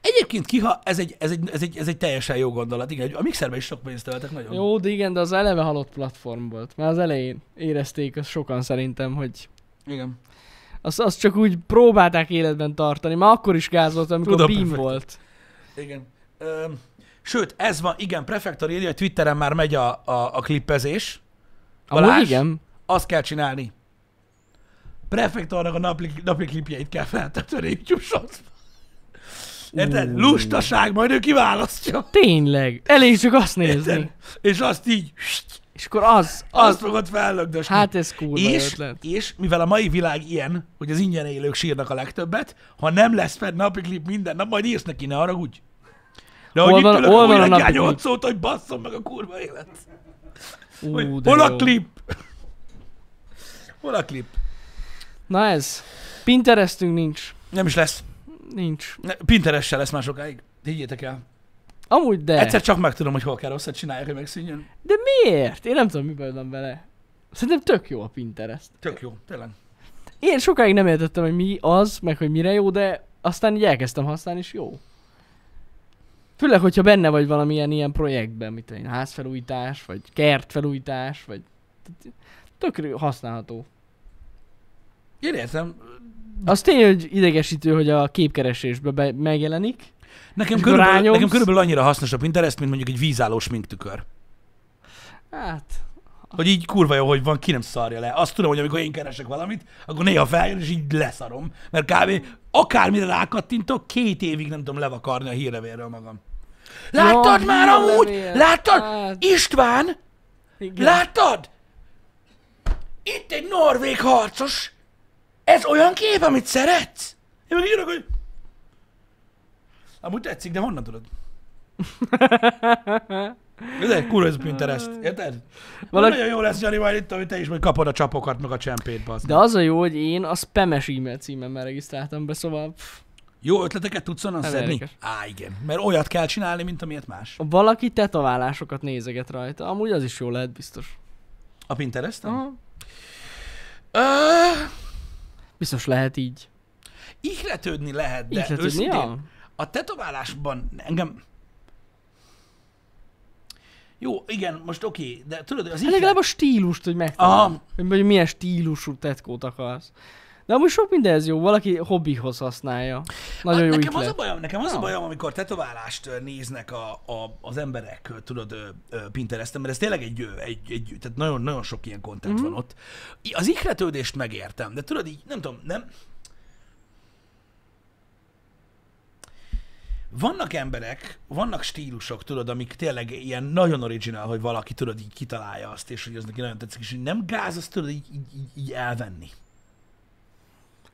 Speaker 1: Egyébként kiha, ez egy, ez egy, ez egy, ez egy teljesen jó gondolat. Igen, a mixerben is sok pénzt töltek nagyon.
Speaker 2: Jó, de igen, de az eleve halott platform volt. Már az elején érezték azt sokan szerintem, hogy
Speaker 1: Igen.
Speaker 2: azt, azt csak úgy próbálták életben tartani. Már akkor is gáz volt, amikor
Speaker 1: Tudom,
Speaker 2: Tudom, Beam
Speaker 1: perfekt.
Speaker 2: volt.
Speaker 1: Igen. Öm, sőt, ez van, igen, Prefektor írja, hogy Twitteren már megy a, a, a klippezés.
Speaker 2: Amúgy igen.
Speaker 1: Azt kell csinálni. Prefektornak a napli, napi klipjeit kell feltölteni YouTube shortsba. Érted?
Speaker 2: Ú.
Speaker 1: Lustaság, majd ő kiválasztja.
Speaker 2: Tényleg. Elég csak azt
Speaker 1: Érted?
Speaker 2: nézni.
Speaker 1: És azt így, hst,
Speaker 2: És akkor az,
Speaker 1: azt
Speaker 2: az,
Speaker 1: fogod fellögdösni.
Speaker 2: hát ez kurva
Speaker 1: és,
Speaker 2: ötlet.
Speaker 1: és mivel a mai világ ilyen, hogy az ingyen élők sírnak a legtöbbet, ha nem lesz fed napi klip minden nap, majd írsz neki, ne haragudj. De
Speaker 2: Hol
Speaker 1: hogy itt
Speaker 2: van-
Speaker 1: ülök
Speaker 2: hol
Speaker 1: a
Speaker 2: van a
Speaker 1: új reggel
Speaker 2: napi klip?
Speaker 1: 8 szót, hogy basszom meg a kurva élet. Hogy
Speaker 2: Ú, de
Speaker 1: hol a
Speaker 2: jó.
Speaker 1: klip? Hol a klip?
Speaker 2: Na ez. Pinterestünk nincs.
Speaker 1: Nem is lesz.
Speaker 2: Nincs.
Speaker 1: Ne- Pinterest se lesz már sokáig. Higgyétek el.
Speaker 2: Amúgy de.
Speaker 1: Egyszer csak megtudom, hogy hol kell rosszat csinálják, hogy megszűnjön.
Speaker 2: De miért? Én nem tudom, mi baj van vele. Szerintem tök jó a Pinterest.
Speaker 1: Tök jó, tényleg.
Speaker 2: Én sokáig nem értettem, hogy mi az, meg hogy mire jó, de aztán így elkezdtem használni, és jó. Főleg, hogyha benne vagy valamilyen ilyen projektben, mint egy házfelújítás, vagy kertfelújítás, vagy tehát tök használható.
Speaker 1: Én értem.
Speaker 2: Az tény, hogy idegesítő, hogy a képkeresésbe be- megjelenik.
Speaker 1: Nekem
Speaker 2: És
Speaker 1: körülbelül,
Speaker 2: rányomsz?
Speaker 1: nekem körülbelül annyira hasznos a Pinterest, mint mondjuk egy vízálló sminktükör.
Speaker 2: Hát,
Speaker 1: Hogy így kurva jó, hogy van, ki nem szarja le. Azt tudom, hogy amikor én keresek valamit, akkor néha feljön, és így leszarom. Mert kb. akármire rákattintok, két évig nem tudom levakarni a hírlevéről magam. Láttad
Speaker 2: Ja,
Speaker 1: már amúgy?
Speaker 2: hírlevél.
Speaker 1: Láttad?
Speaker 2: Hát.
Speaker 1: István?
Speaker 2: igen.
Speaker 1: Láttad? Itt egy norvég harcos. Ez olyan kép, amit szeretsz? Én meg írok, hogy... Amúgy tetszik, de honnan tudod? Ez egy kurva ez a Pinterest, érted? Valaki...
Speaker 2: Valaki-
Speaker 1: Nagyon jó lesz, Jani, majd itt, hogy te is majd kapod a csapokat, meg a csempét, bazd.
Speaker 2: De az a jó, hogy én a spames e-mail címemmel regisztráltam be, szóval pff,
Speaker 1: Jó ötleteket tudsz onnan
Speaker 2: Ez
Speaker 1: szedni?
Speaker 2: érdekes.
Speaker 1: Á, igen. Mert olyat kell csinálni, mint amilyet más.
Speaker 2: valaki tetoválásokat nézeget rajta. Amúgy az is jó lehet, biztos.
Speaker 1: A Pinterest? Uh,
Speaker 2: Aha. Biztos lehet így.
Speaker 1: ihletődni lehet, de
Speaker 2: így lehet, hogy
Speaker 1: őszintén,
Speaker 2: ja.
Speaker 1: A tetoválásban engem... Jó, igen, most oké, okay, de tudod, az
Speaker 2: Hát
Speaker 1: ihlet-
Speaker 2: legalább a stílust, hogy
Speaker 1: Aha.
Speaker 2: megtalálom. Hogy, hogy milyen stílusú tetkót akarsz. De amúgy sok mindenhez jó, valaki hobbihoz használja. Nagyon
Speaker 1: Hát
Speaker 2: jó
Speaker 1: nekem az, a
Speaker 2: ötlet.
Speaker 1: bajom, nekem az a
Speaker 2: Ja.
Speaker 1: bajom, amikor tetoválást ö, néznek a, a, az emberek, ö, tudod, ö, ö, Pinteresten, mert ez tényleg egy, ö, egy, egy tehát nagyon, nagyon sok ilyen kontent
Speaker 2: Mhm.
Speaker 1: mm-hmm. van ott. I- Az ihletődést megértem, de tudod így, nem tudom, nem... vannak emberek, vannak stílusok, tudod, amik tényleg ilyen nagyon originál, hogy valaki, tudod, így kitalálja azt, és hogy az neki nagyon tetszik, és hogy nem gáz, azt tudod így, így, így, így elvenni.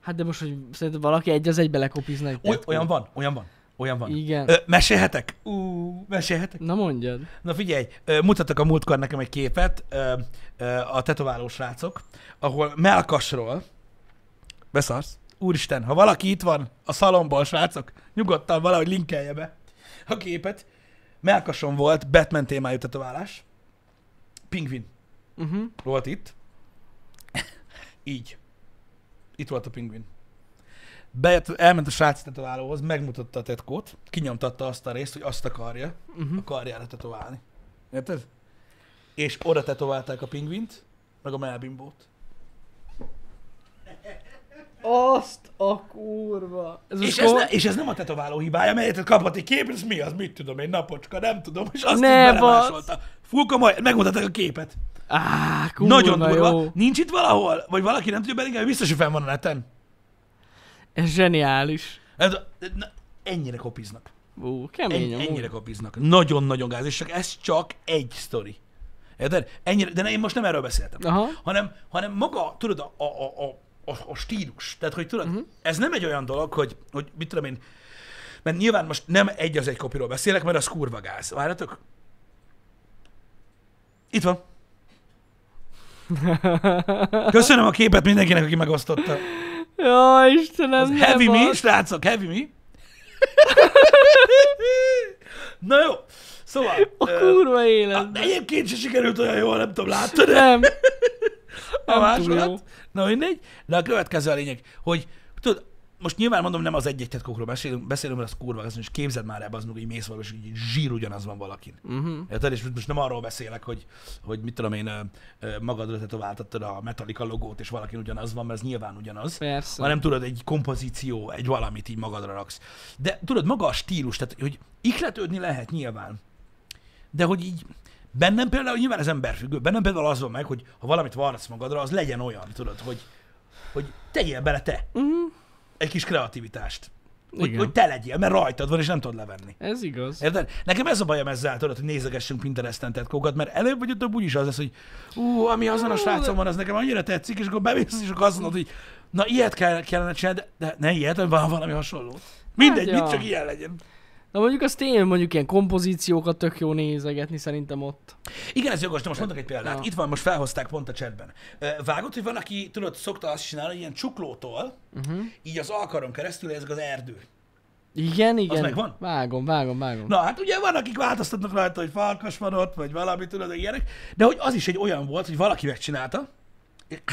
Speaker 2: Hát de most, hogy szerinted valaki egy az egybe lekopizna egy
Speaker 1: Oly,
Speaker 2: tetkót?
Speaker 1: olyan van, olyan van, olyan van.
Speaker 2: Igen.
Speaker 1: Ö, mesélhetek? Ú, mesélhetek?
Speaker 2: Na mondjad.
Speaker 1: Na figyelj, ö, mutattak a múltkor nekem egy képet, ö, ö, a tetováló srácok, ahol melkasról, beszarsz, úristen, ha valaki itt van a szalomból, srácok, nyugodtan valahogy linkelje be a képet. Melkason volt Batman témájú tetoválás, pingvin
Speaker 2: Uh-huh.
Speaker 1: volt itt. Így. Itt volt a pingvin. Bejött, elment a srác tetoválóhoz, megmutatta a tetkót, kinyomtatta azt a részt, hogy azt akarja
Speaker 2: Uh-huh.
Speaker 1: a karjára tetoválni. Érted? És oda tetoválták a pingvint, meg a melbimbót.
Speaker 2: Azt a kurva. Ez
Speaker 1: És
Speaker 2: most
Speaker 1: ez,
Speaker 2: hol-
Speaker 1: ne, és ez nem a tetováló hibája, mert érted, kaphat egy képet, és mi az, mit tudom én, napocska, nem tudom, és azt
Speaker 2: Ne,
Speaker 1: ne,
Speaker 2: basz!
Speaker 1: belemásolta. Fú, komoly, megmutatták a képet.
Speaker 2: Á, kurva
Speaker 1: Nagyon durva.
Speaker 2: jó.
Speaker 1: Nincs itt valahol? Vagy valaki nem tudja belinkelni? Biztos, hogy fenn van a neten.
Speaker 2: Ez zseniális.
Speaker 1: Ez, na, ennyire kopiznak.
Speaker 2: Ú,
Speaker 1: Ennyi,
Speaker 2: kemény amúgy.
Speaker 1: ennyire kopiznak. Nagyon-nagyon gáz, és csak ez csak egy sztori. Érted? Ennyire, de ne, én most nem erről beszéltem.
Speaker 2: Aha.
Speaker 1: Hanem, hanem maga, tudod, a, a, a, a, a, a stílus. Tehát, hogy tudod,
Speaker 2: Mhm.
Speaker 1: uh-huh. ez nem egy olyan dolog, hogy, hogy mit tudom én, mert nyilván most nem egy az egy kopiról beszélek, mert az kurva gáz. Várjatok? Itt van. Köszönöm a képet mindenkinek, aki megosztotta.
Speaker 2: Jaj, Istenem,
Speaker 1: Az
Speaker 2: ne
Speaker 1: heavy mi,
Speaker 2: basz.
Speaker 1: srácok, heavy mi? Na jó, szóval...
Speaker 2: A
Speaker 1: ö,
Speaker 2: kurva élet.
Speaker 1: de egyébként se sikerült olyan jól, nem tudom, láttad de a
Speaker 2: Nem. nem túl jó.
Speaker 1: másolat? Na mindegy, de a következő a lényeg, hogy tudod, most nyilván mondom, nem az egy-egy tetkókról beszélünk, beszélünk, mert az kurva, az most képzeld már ebbe az hogy mész valami, és így zsír ugyanaz van valakin.
Speaker 2: Uh-huh.
Speaker 1: Érted? És most nem arról beszélek, hogy, hogy mit tudom én, ö, ö, magadra tetováltattad a Metallica logót, és valakin ugyanaz van, mert ez nyilván ugyanaz
Speaker 2: Persze.
Speaker 1: hanem tudod, egy kompozíció, egy valamit így magadra raksz. De tudod, maga a stílus, tehát hogy ikletődni lehet nyilván, de hogy így bennem például, nyilván ez emberfüggő, bennem például az van meg, hogy ha valamit varratsz magadra, az legyen olyan, tudod, hogy, hogy tegyél bele te
Speaker 2: Uh-huh.
Speaker 1: egy kis kreativitást. Hogy,
Speaker 2: Igen.
Speaker 1: hogy te legyél, mert rajtad van, és nem tudod levenni.
Speaker 2: Ez igaz.
Speaker 1: Érted? Nekem ez a bajom ezzel, tudod, hogy nézegessünk Pinteresten tetkókat, mert előbb vagy utóbb úgyis az lesz, hogy ú, ami azon a srácon van, az nekem annyira tetszik, és akkor bemész, és akkor azt mondod, hogy na ilyet kell, kellene csinálni, de- de ne ilyet, hanem van valami hasonló. Mindegy,
Speaker 2: Hát,
Speaker 1: mit
Speaker 2: ja.
Speaker 1: csak ilyen legyen.
Speaker 2: Na mondjuk az tényleg mondjuk ilyen kompozíciókat tök jó nézegetni szerintem ott.
Speaker 1: Igen, ez jogos, de most mondok egy példát.
Speaker 2: Ja.
Speaker 1: Itt van, most felhozták pont a chatben. Ö, Vágod, hogy van, aki, tudod, szokta azt csinálni, hogy ilyen csuklótól, uh-huh. így az alkaron keresztül ezek az erdő.
Speaker 2: Igen, igen.
Speaker 1: megvan?
Speaker 2: Vágom, vágom, vágom.
Speaker 1: Na hát ugye van, akik változtatnak rajta, hogy falkas van ott, vagy valami, tudod, ilyenek, de hogy az is egy olyan volt, hogy valaki megcsinálta,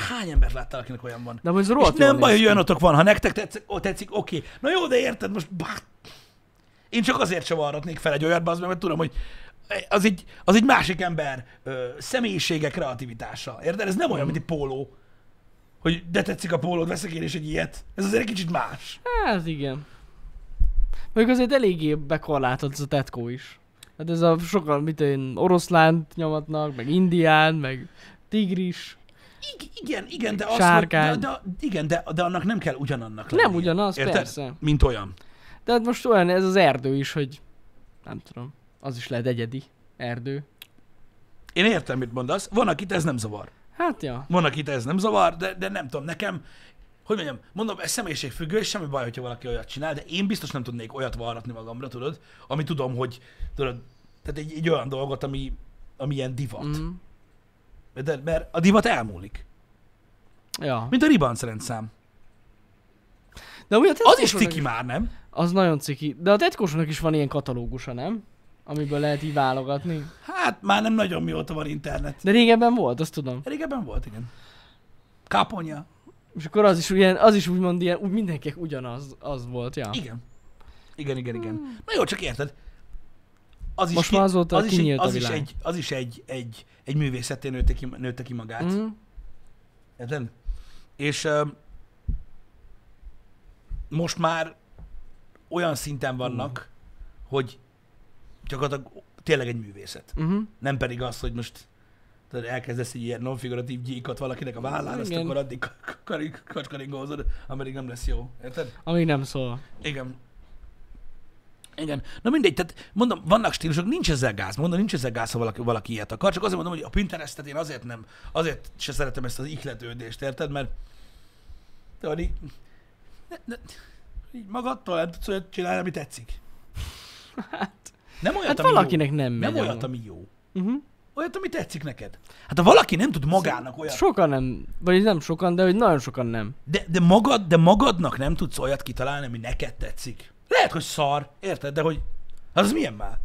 Speaker 1: hány embert láttál, akinek olyan van?
Speaker 2: De most
Speaker 1: És
Speaker 2: rohadt jól
Speaker 1: nem baj,
Speaker 2: néz
Speaker 1: hogy
Speaker 2: ki.
Speaker 1: olyanotok van, ha nektek tetszik, ó, tetszik oké. Na jó, de érted, most bah, én csak azért sem arratnék fel egy olyat, bazd meg, mert tudom, hogy az egy, az egy másik ember ö, személyisége, kreativitása. Érted? Ez nem
Speaker 2: Mhm.
Speaker 1: olyan, mint egy póló. Hogy de tetszik a pólód, veszek én is egy ilyet. Ez azért egy kicsit más.
Speaker 2: Hát igen. Mondjuk azért eléggé bekorlátott ez a tetkó is. Hát ez a sokan, mit én, oroszlánt nyomatnak, meg indián, meg tigris.
Speaker 1: Ig- Igen, igen, de, az, hogy, de,
Speaker 2: Sárkány.
Speaker 1: de, igen de, de annak nem kell ugyanannak
Speaker 2: Nem
Speaker 1: lennie.
Speaker 2: ugyanaz, persze.
Speaker 1: Mint olyan.
Speaker 2: De hát most olyan ez az erdő is, hogy nem tudom, az is lehet egyedi erdő.
Speaker 1: Én értem, mit mondasz. Van, akit ez nem zavar.
Speaker 2: Hát ja.
Speaker 1: Van, akit ez nem zavar, de, de nem tudom, nekem, hogy mondjam, mondom, ez személyiségfüggő, és semmi baj, hogyha valaki olyat csinál, de én biztos nem tudnék olyat varratni magamra, tudod, ami tudom, hogy, tudod, tehát egy, egy olyan dolgot, ami, ami ilyen divat. Mm.
Speaker 2: Mm.
Speaker 1: De, mert a divat elmúlik.
Speaker 2: Ja.
Speaker 1: Mint a ribancrendszám.
Speaker 2: De ugye a
Speaker 1: Az is
Speaker 2: tetkósoknak
Speaker 1: ciki már, nem?
Speaker 2: Az nagyon ciki. De a tetkósoknak is van ilyen katalógusa, nem? Amiből lehet így válogatni.
Speaker 1: Hát már nem nagyon mióta van internet.
Speaker 2: De régebben volt, azt tudom.
Speaker 1: Régebben volt, igen. Káponya.
Speaker 2: És akkor az is, ugyan, az is úgymond ilyen, úgy mindenkinek ugyanaz az volt, ja.
Speaker 1: Igen. Igen, igen, igen. Na jó, csak érted. Az
Speaker 2: Most már azóta
Speaker 1: az is, egy,
Speaker 2: kinyílt a
Speaker 1: az, is
Speaker 2: világ.
Speaker 1: egy, az is egy, egy, egy művészetén nőtte ki, nőtte ki magát. Mm.
Speaker 2: Mm.
Speaker 1: Érted? És ö, most már olyan szinten vannak,
Speaker 2: Hmm.
Speaker 1: hogy gyakorlatilag tényleg egy művészet.
Speaker 2: Uh-huh.
Speaker 1: Nem pedig az, hogy most tudod, elkezdesz egy ilyen nonfiguratív gyíkot valakinek a vállán, azt
Speaker 2: Igen.
Speaker 1: akkor addig k- k- kacskaringózod, ameddig nem lesz jó. Érted?
Speaker 2: Amíg nem szól.
Speaker 1: Igen. Igen. Na mindegy, tehát mondom, vannak stílusok, nincs ezzel gáz. Mondom, nincs ezzel gáz, ha valaki, valaki ilyet akar. Csak azért mondom, hogy a Pinterestet én azért nem, azért se szeretem ezt az ihletődést, érted? Mert tudod, így, ne, ne, így magadtól nem tudsz olyat csinálni, ami tetszik. Nem olyat,
Speaker 2: Hát
Speaker 1: ami
Speaker 2: valakinek nem
Speaker 1: jó. Nem
Speaker 2: megy.
Speaker 1: olyat,
Speaker 2: amúgy.
Speaker 1: ami jó.
Speaker 2: Mhm.
Speaker 1: Olyat, ami tetszik neked. Hát ha valaki nem tud magának olyat,
Speaker 2: Sokan nem, vagy nem sokan, de hogy nagyon sokan nem.
Speaker 1: de, de, magad, de magadnak nem tudsz olyat kitalálni, ami neked tetszik. Lehet, hogy szar, érted, de hogy az milyen már?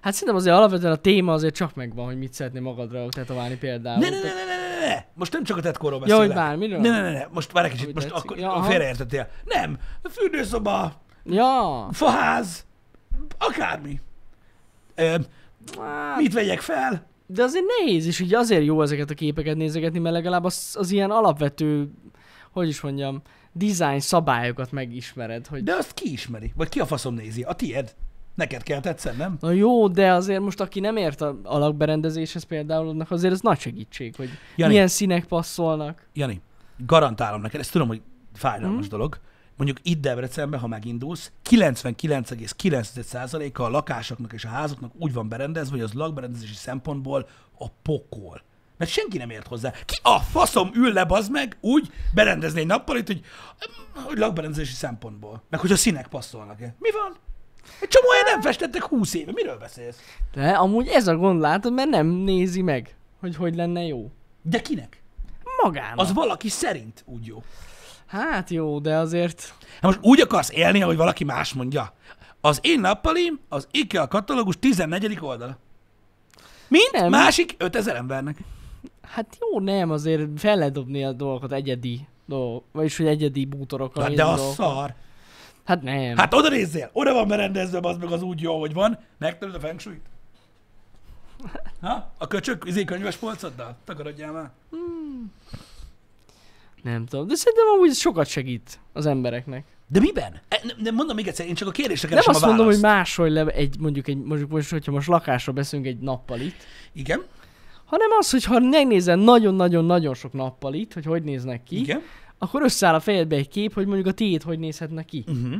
Speaker 2: Hát szerintem azért alapvetően a téma azért csak megvan, hogy mit szeretné magadra tetoválni például.
Speaker 1: Ne, ne, ne, ne, ne, ne, ne, most nem csak a tetkóról
Speaker 2: Ja,
Speaker 1: beszélek.
Speaker 2: hogy bármiről?
Speaker 1: Ne, ne, ne, ne, most várj egy kicsit,
Speaker 2: Ami
Speaker 1: most
Speaker 2: tetszik.
Speaker 1: akkor
Speaker 2: Ja,
Speaker 1: ja,
Speaker 2: aha.
Speaker 1: félreértettél. Nem, fürdőszoba,
Speaker 2: Ja.
Speaker 1: faház, akármi. Ö,
Speaker 2: Hát,
Speaker 1: mit vegyek fel?
Speaker 2: De azért nehéz, és így azért jó ezeket a képeket nézegetni, mert legalább az, az ilyen alapvető, hogy is mondjam, design szabályokat megismered, hogy
Speaker 1: De azt ki ismeri? Vagy ki a faszom nézi? A tied. Neked kell tetszen, nem?
Speaker 2: Na jó, de azért most aki nem ért a alakberendezéshez például, annak azért ez nagy segítség, hogy
Speaker 1: Jani.
Speaker 2: milyen színek passzolnak.
Speaker 1: Jani, garantálom neked, ezt tudom, hogy fájdalmas mm. dolog, mondjuk itt Debrecenben, ha megindulsz, 99,9%-a a lakásoknak és a házaknak úgy van berendezve, hogy az lakberendezési szempontból a pokol. Mert senki nem ért hozzá. Ki a faszom ül le, bazd meg, úgy berendezni egy nappalit, hogy, hogy lakberendezési szempontból. Meg hogy a színek passzolnak-e. Mi van? Egy csomó olyan nem festettek 20 éve. Miről beszélsz?
Speaker 2: De amúgy ez a gond látod, mert nem nézi meg, hogy hogy lenne jó.
Speaker 1: De kinek?
Speaker 2: Magának.
Speaker 1: Az
Speaker 2: Az...
Speaker 1: valaki szerint úgy jó.
Speaker 2: Hát jó, de azért...
Speaker 1: Ha Hát most úgy akarsz élni, ahogy valaki más mondja. Az én nappalim az IKEA katalógus 14. oldala.
Speaker 2: Mint nem.
Speaker 1: Másik 5000 embernek.
Speaker 2: Hát jó, nem, azért fel lehet dobni a dolgokat egyedi dolgok, vagyis hogy egyedi bútorokkal.
Speaker 1: Na, de
Speaker 2: egyedi
Speaker 1: az
Speaker 2: dolgokkal.
Speaker 1: szar.
Speaker 2: Hát nem. Hát...
Speaker 1: Hát oda nézzél, oda van berendezve, az meg az úgy jó, hogy van. Megtanulod a feng shui-t? Ha? A köcsök izé könyves polcoddal? Takarodjál már.
Speaker 2: Nem tudom, de szerintem amúgy ez sokat segít az embereknek.
Speaker 1: De miben? E, nem, nem mondom még egyszer, én csak a kérdésre
Speaker 2: Nem
Speaker 1: keresem
Speaker 2: azt
Speaker 1: a választ.
Speaker 2: mondom, hogy máshogy le egy, mondjuk, egy, mondjuk most, hogyha most lakásra beszélünk egy nappalit,
Speaker 1: Igen,
Speaker 2: hanem az, hogy ha megnézel nagyon-nagyon-nagyon sok nappalit, hogy hogy néznek ki, Igen.
Speaker 1: igen.
Speaker 2: akkor összeáll a fejedbe egy kép, hogy mondjuk a tiéd hogy nézhetne ki.
Speaker 1: Uh-huh.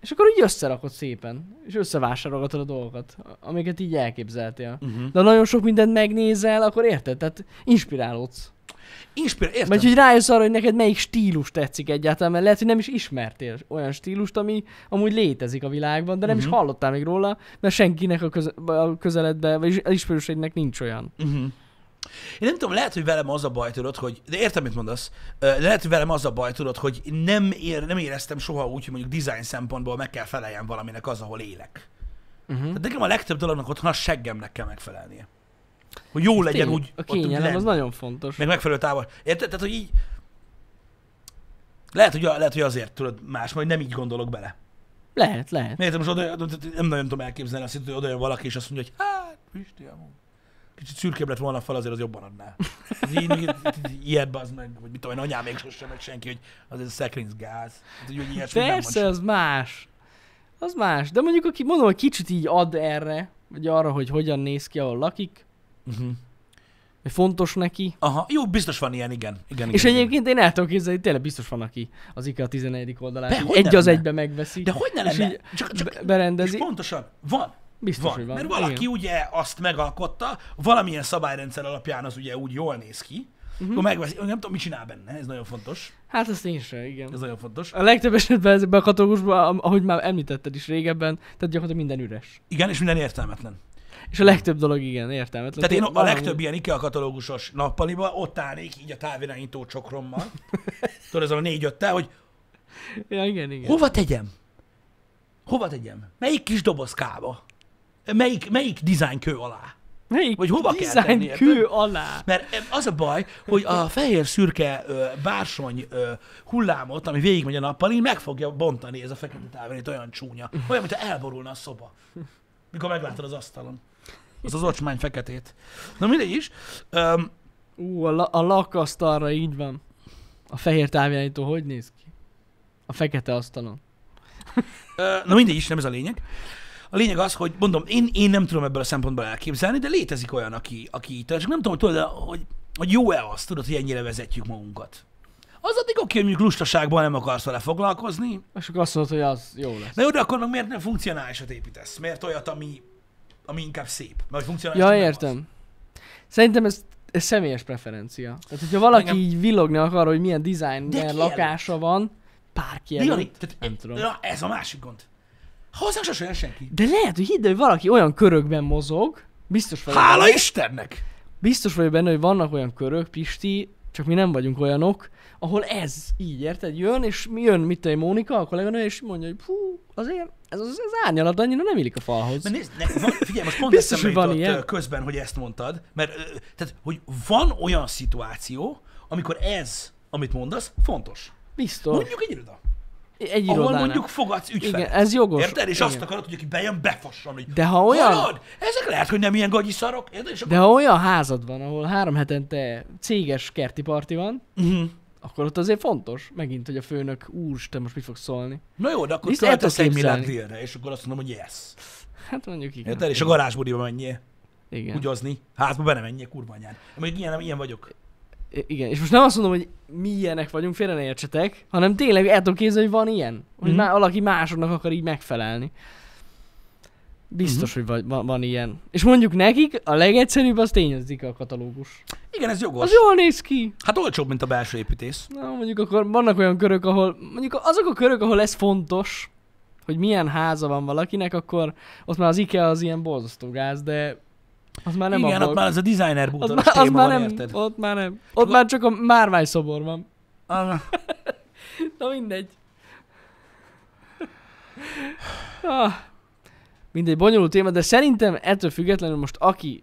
Speaker 2: És akkor így összerakod szépen, és összevásárolgatod a dolgokat, amiket így elképzeltél.
Speaker 1: Mhm.
Speaker 2: De ha nagyon sok mindent megnézel, akkor érted? Tehát inspirálódsz.
Speaker 1: Inspirál, értem.
Speaker 2: Vagy hogy rájössz arra, hogy neked melyik stílus tetszik egyáltalán, mert lehet, hogy nem is ismertél olyan stílust, ami amúgy létezik a világban, de nem
Speaker 1: Mhm.
Speaker 2: is hallottál még róla, mert senkinek a, köze- a közeledben, vagy ismerőseidnek nincs olyan.
Speaker 1: Uh-huh. Én nem tudom, lehet, hogy velem az a baj, tudod, hogy... De értem, mit mondasz. Ö, Lehet, hogy velem az a baj, tudod, hogy nem, ér, nem éreztem soha úgy, hogy mondjuk design szempontból meg kell feleljen valaminek az, ahol élek. Uh-huh. Tehát nekem a legtöbb dolognak otthon a seggemnek kell megfelelnie. Hogy jó legyen
Speaker 2: Tényleg,
Speaker 1: úgy,
Speaker 2: a
Speaker 1: ott úgy
Speaker 2: kényelem az
Speaker 1: lenni.
Speaker 2: nagyon fontos.
Speaker 1: Meg megfelelő távol. Érted? Tehát, hogy így... Lehet hogy, a- lehet, hogy azért tudod más, majd nem így gondolok bele.
Speaker 2: Lehet, lehet.
Speaker 1: Miért most oda, nem nagyon tudom elképzelni azt, hogy oda jön valaki, és azt mondja, hogy hát, Pisti, amúgy. Kicsit szürkébb lett volna a fal, azért az jobban adná. Ez így- így- így- Ilyet bazd meg, vagy mit tudom én, anyám még sosem, meg senki, hogy azért a szekrínc gáz. Hát, hogy, hogy ilyesmi nem
Speaker 2: Persze,
Speaker 1: mond.
Speaker 2: az más. Az más. De mondjuk, aki mondom, hogy kicsit így ad erre, vagy arra, hogy hogyan néz ki, ahol lakik,
Speaker 1: Mhm.
Speaker 2: hogy fontos neki. Igen,
Speaker 1: Aha, jó, biztos van ilyen, igen. igen, igen
Speaker 2: és
Speaker 1: igen.
Speaker 2: egyébként én el tudom képzelni, hogy tényleg biztos van, aki az IKEA 14. oldalát
Speaker 1: De
Speaker 2: így
Speaker 1: hogy ne
Speaker 2: egy az
Speaker 1: lenne?
Speaker 2: egybe megveszi.
Speaker 1: De hogy ne
Speaker 2: és
Speaker 1: lenne?
Speaker 2: így
Speaker 1: Csak, csak,
Speaker 2: be-
Speaker 1: és
Speaker 2: berendezi.
Speaker 1: pontosan, van.
Speaker 2: Biztos,
Speaker 1: Van,
Speaker 2: hogy
Speaker 1: van,
Speaker 2: van.
Speaker 1: mert valaki igen. ugye azt megalkotta, valamilyen szabályrendszer alapján az ugye úgy jól néz ki,
Speaker 2: Mhm.
Speaker 1: uh-huh. akkor megveszi, nem tudom, mit csinál benne, ez nagyon fontos,
Speaker 2: Hát azt én sem, igen.
Speaker 1: ez nagyon fontos.
Speaker 2: A legtöbb esetben ezekben a katalógusban, ahogy már említetted is régebben, tehát gyakorlatilag minden üres.
Speaker 1: Igen, és minden értelmetlen.
Speaker 2: És a legtöbb dolog igen, értelmetlen.
Speaker 1: Tehát én a
Speaker 2: Valami-
Speaker 1: legtöbb ilyen IKEA katalógusos nappaliba ott állnék így a távirányító csokrommal. Tudod, ez a négy öttel, hogy
Speaker 2: Ja, igen, igen.
Speaker 1: hova tegyem? Hova tegyem? Melyik kis dobozkába? Melyik, melyik dizájnkő alá?
Speaker 2: Melyik
Speaker 1: Vagy hova kell
Speaker 2: design
Speaker 1: tenni, érted?
Speaker 2: kő alá?
Speaker 1: Mert em, az a baj, hogy a fehér-szürke ö, bársony ö, hullámot, ami végigmegy a nappalin, meg fogja bontani ez a fekete távirányító olyan csúnya. Olyan, mintha elborulna a szoba, mikor meglátod az asztalon. Az az ocsmány feketét. Na mindegy is. Öm,
Speaker 2: Ú, a, la- a lakasztalra így van. A fehér távirányító hogy néz ki? A fekete asztalon.
Speaker 1: Ö, Na mindegy is, nem ez a lényeg. A lényeg az, hogy mondom, én, én nem tudom ebből a szempontból elképzelni, de létezik olyan, aki, aki itt, csak nem tudom, hogy tudod, hogy, hogy jó-e az, tudod, hogy ennyire vezetjük magunkat. Az addig oké, hogy mondjuk lustaságban nem akarsz vele foglalkozni,
Speaker 2: És akkor azt mondod, hogy az jó lesz.
Speaker 1: Na jó, de akkor meg miért nem funkcionálisat építesz? Miért olyat, ami, ami inkább szép? Mert funkcionális
Speaker 2: Ja,
Speaker 1: nem
Speaker 2: értem. Szerintem ez, ez személyes preferencia. Tehát, hogyha valaki
Speaker 1: Engem-
Speaker 2: így villogni akar, hogy milyen design
Speaker 1: De
Speaker 2: de
Speaker 1: kijelölt.
Speaker 2: lakása van, pár
Speaker 1: Az. Jani,
Speaker 2: kijelölt,
Speaker 1: tehát,
Speaker 2: nem tudom.
Speaker 1: Na, ez a másik gond. Hozzánk sose jön senki.
Speaker 2: De lehet, hogy hidd, el, hogy valaki olyan körökben mozog, biztos vagyok,
Speaker 1: Hála
Speaker 2: benne,
Speaker 1: Istennek!
Speaker 2: biztos vagyok benne, hogy vannak olyan körök, Pisti, csak mi nem vagyunk olyanok, ahol ez így, érted? Jön, és mi jön, mit tudom, én, Mónika, a kolléganő, és mondja, hogy fú, azért ez, az, ez árnyalat annyira nem illik a falhoz.
Speaker 1: Mert nézd, ne, van, figyelj, most pont
Speaker 2: Szóval- Biztos,
Speaker 1: eszembe
Speaker 2: hogy van
Speaker 1: jutott
Speaker 2: ilyen.
Speaker 1: ö, közben, hogy ezt mondtad, mert ö, tehát, hogy van olyan szituáció, amikor ez, amit mondasz, fontos.
Speaker 2: Biztos.
Speaker 1: Mondjuk egy iroda,
Speaker 2: egy
Speaker 1: ahol
Speaker 2: irodánál.
Speaker 1: mondjuk fogadsz ügyfelet.
Speaker 2: Szóval Igen, ez jogos.
Speaker 1: Érted? És
Speaker 2: Igen.
Speaker 1: azt akarod, hogy aki bejön, befasson, hogy
Speaker 2: De ha olyan-
Speaker 1: Hallod? Ezek lehet, hogy nem ilyen gagyi szarok, érted? És akkor...
Speaker 2: De ha olyan házad van, ahol három hetente céges kerti parti van,
Speaker 1: uh-huh.
Speaker 2: akkor ott azért fontos, megint, hogy a főnök, úristen, most mit fog szólni.
Speaker 1: Na jó, de akkor
Speaker 2: Viszont el
Speaker 1: költesz
Speaker 2: tudok
Speaker 1: egy milliárd
Speaker 2: képzelni.
Speaker 1: grillre, és akkor azt mondom, hogy yes.
Speaker 2: Hát mondjuk igen.
Speaker 1: Érted? És a garázsbodiba menjél,
Speaker 2: igen.
Speaker 1: hugyozni, házba be ne menjél, kurva anyád. Mondjuk ilyen, ilyen vagyok.
Speaker 2: I- Igen, és most nem azt mondom, hogy mi ilyenek vagyunk, félre ne értsetek, hanem tényleg el tudom képzelni, hogy van ilyen. Hogy
Speaker 1: Mhm.
Speaker 2: mm-hmm. már valaki másoknak akar így megfelelni.
Speaker 1: Mhm.
Speaker 2: Biztos, mm-hmm. hogy vagy, van, van ilyen. És mondjuk nekik a legegyszerűbb az tényezdik a katalógus.
Speaker 1: Igen, ez jogos.
Speaker 2: Az jól néz ki.
Speaker 1: Hát olcsóbb, mint a belső építész.
Speaker 2: Na, mondjuk akkor vannak olyan körök, ahol, mondjuk azok a körök, ahol ez fontos, hogy milyen háza van valakinek, akkor ott már az IKEA az ilyen borzasztó gáz, de az már Hát nem
Speaker 1: Igen,
Speaker 2: a
Speaker 1: ott már az a designer
Speaker 2: az,
Speaker 1: bútoros
Speaker 2: már, az
Speaker 1: téma
Speaker 2: már
Speaker 1: van,
Speaker 2: nem,
Speaker 1: érted?
Speaker 2: ott már nem. Ott már csak a márvány szobor van.
Speaker 1: Ah,
Speaker 2: Na mindegy. Ah, mindegy, bonyolult téma, de szerintem ettől függetlenül most aki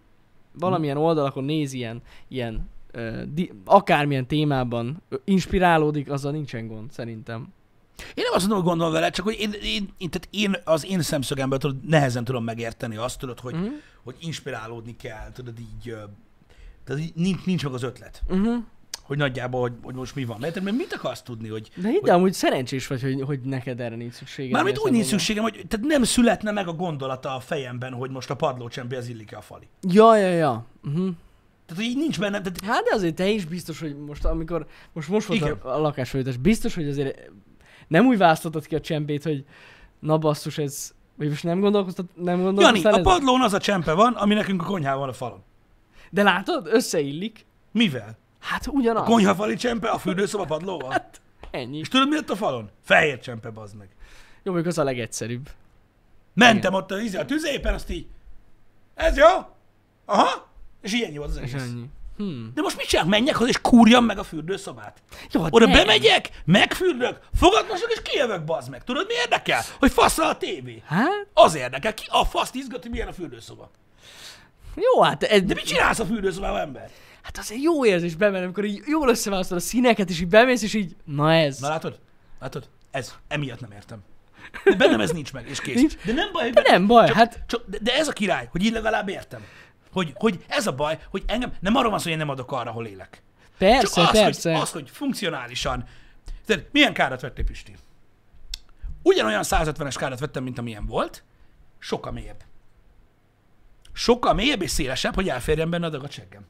Speaker 2: valamilyen oldalakon néz ilyen, ilyen ö, di, akármilyen témában ö, inspirálódik, azzal nincsen gond, szerintem.
Speaker 1: Én nem azt mondom, hogy gondolom vele, csak hogy én, én, én, tehát én az én szemszögemből tudod, nehezen tudom megérteni azt, tudod, hogy,
Speaker 2: Mhm.
Speaker 1: hogy inspirálódni kell, tudod így, ö, tehát így nincs, nincs meg az ötlet,
Speaker 2: Uh-huh.
Speaker 1: hogy nagyjából, hogy, hogy most mi van. Érted? Mert mit akarsz tudni, hogy
Speaker 2: De hidd el, amúgy szerencsés vagy, hogy, hogy neked erre nincs szükséged.
Speaker 1: Mármint
Speaker 2: ilyen
Speaker 1: úgy nincs
Speaker 2: szempontból.
Speaker 1: szükségem, hogy tehát nem születne meg a gondolata a fejemben, hogy most a padlócsempi az illik a fali.
Speaker 2: Ja, ja, ja. Uh-huh.
Speaker 1: Tehát hogy így nincs bennem, tehát
Speaker 2: Hát de azért te is biztos, hogy most, amikor most, most volt
Speaker 1: Igen.
Speaker 2: a, a lakásfőtés, biztos, hogy azért nem úgy választottad ki a csempét, hogy na basszus, ez, vagy most nem gondolkoztat, nem
Speaker 1: Jani,
Speaker 2: gondolkoztál
Speaker 1: a
Speaker 2: Jani,
Speaker 1: padlón az a csempe van, ami nekünk a konyhában van a falon.
Speaker 2: De látod, összeillik.
Speaker 1: Mivel?
Speaker 2: Hát ugyanaz.
Speaker 1: A konyhafali csempe a fürdőszoba padlóval?
Speaker 2: Ennyi.
Speaker 1: És tudod mi ott a falon? Fehér csempe, bazd meg.
Speaker 2: Jó, mondjuk az a legegyszerűbb.
Speaker 1: Mentem ott a, izé, a tüzépen, azt így, ez jó? Aha? És így ennyi volt az
Speaker 2: És
Speaker 1: egész.
Speaker 2: ennyi. Hmm.
Speaker 1: De most mit csinálok? Menjek hozzá, és kúrjam meg a fürdőszobát.
Speaker 2: Jó, hát
Speaker 1: Oda
Speaker 2: nem.
Speaker 1: bemegyek, megfürdök, fogadmasok, és kijövök, bazd meg. Tudod, mi érdekel? Hogy faszal a tévé.
Speaker 2: Hát?
Speaker 1: Az érdekel, ki a faszt izgat, hogy milyen a fürdőszoba.
Speaker 2: Jó, hát,
Speaker 1: De
Speaker 2: egy,
Speaker 1: mit csinálsz a fürdőszobában, ember?
Speaker 2: hát azért jó érzés bemenni, amikor így jól összeválasztod a színeket, és így bemész, és így, na ez.
Speaker 1: Na látod? Látod? Ez, emiatt nem értem. De bennem ez nincs meg, és kész.
Speaker 2: Nincs.
Speaker 1: De nem baj, hogy
Speaker 2: de
Speaker 1: benne-
Speaker 2: nem baj,
Speaker 1: csak,
Speaker 2: hát
Speaker 1: csak, de, de ez a király, hogy így legalább értem. Hogy, hogy ez a baj, hogy engem nem arról van szó, hogy én nem adok arra, hol élek. Csak
Speaker 2: persze,
Speaker 1: az,
Speaker 2: persze.
Speaker 1: Hogy, az, hogy funkcionálisan. Tehát milyen kárat vettél, Pisti? Ugyanolyan 150-es kárat vettem, mint amilyen volt, sokkal mélyebb. Sokkal mélyebb és szélesebb, hogy elférjen benne adag a cseggem.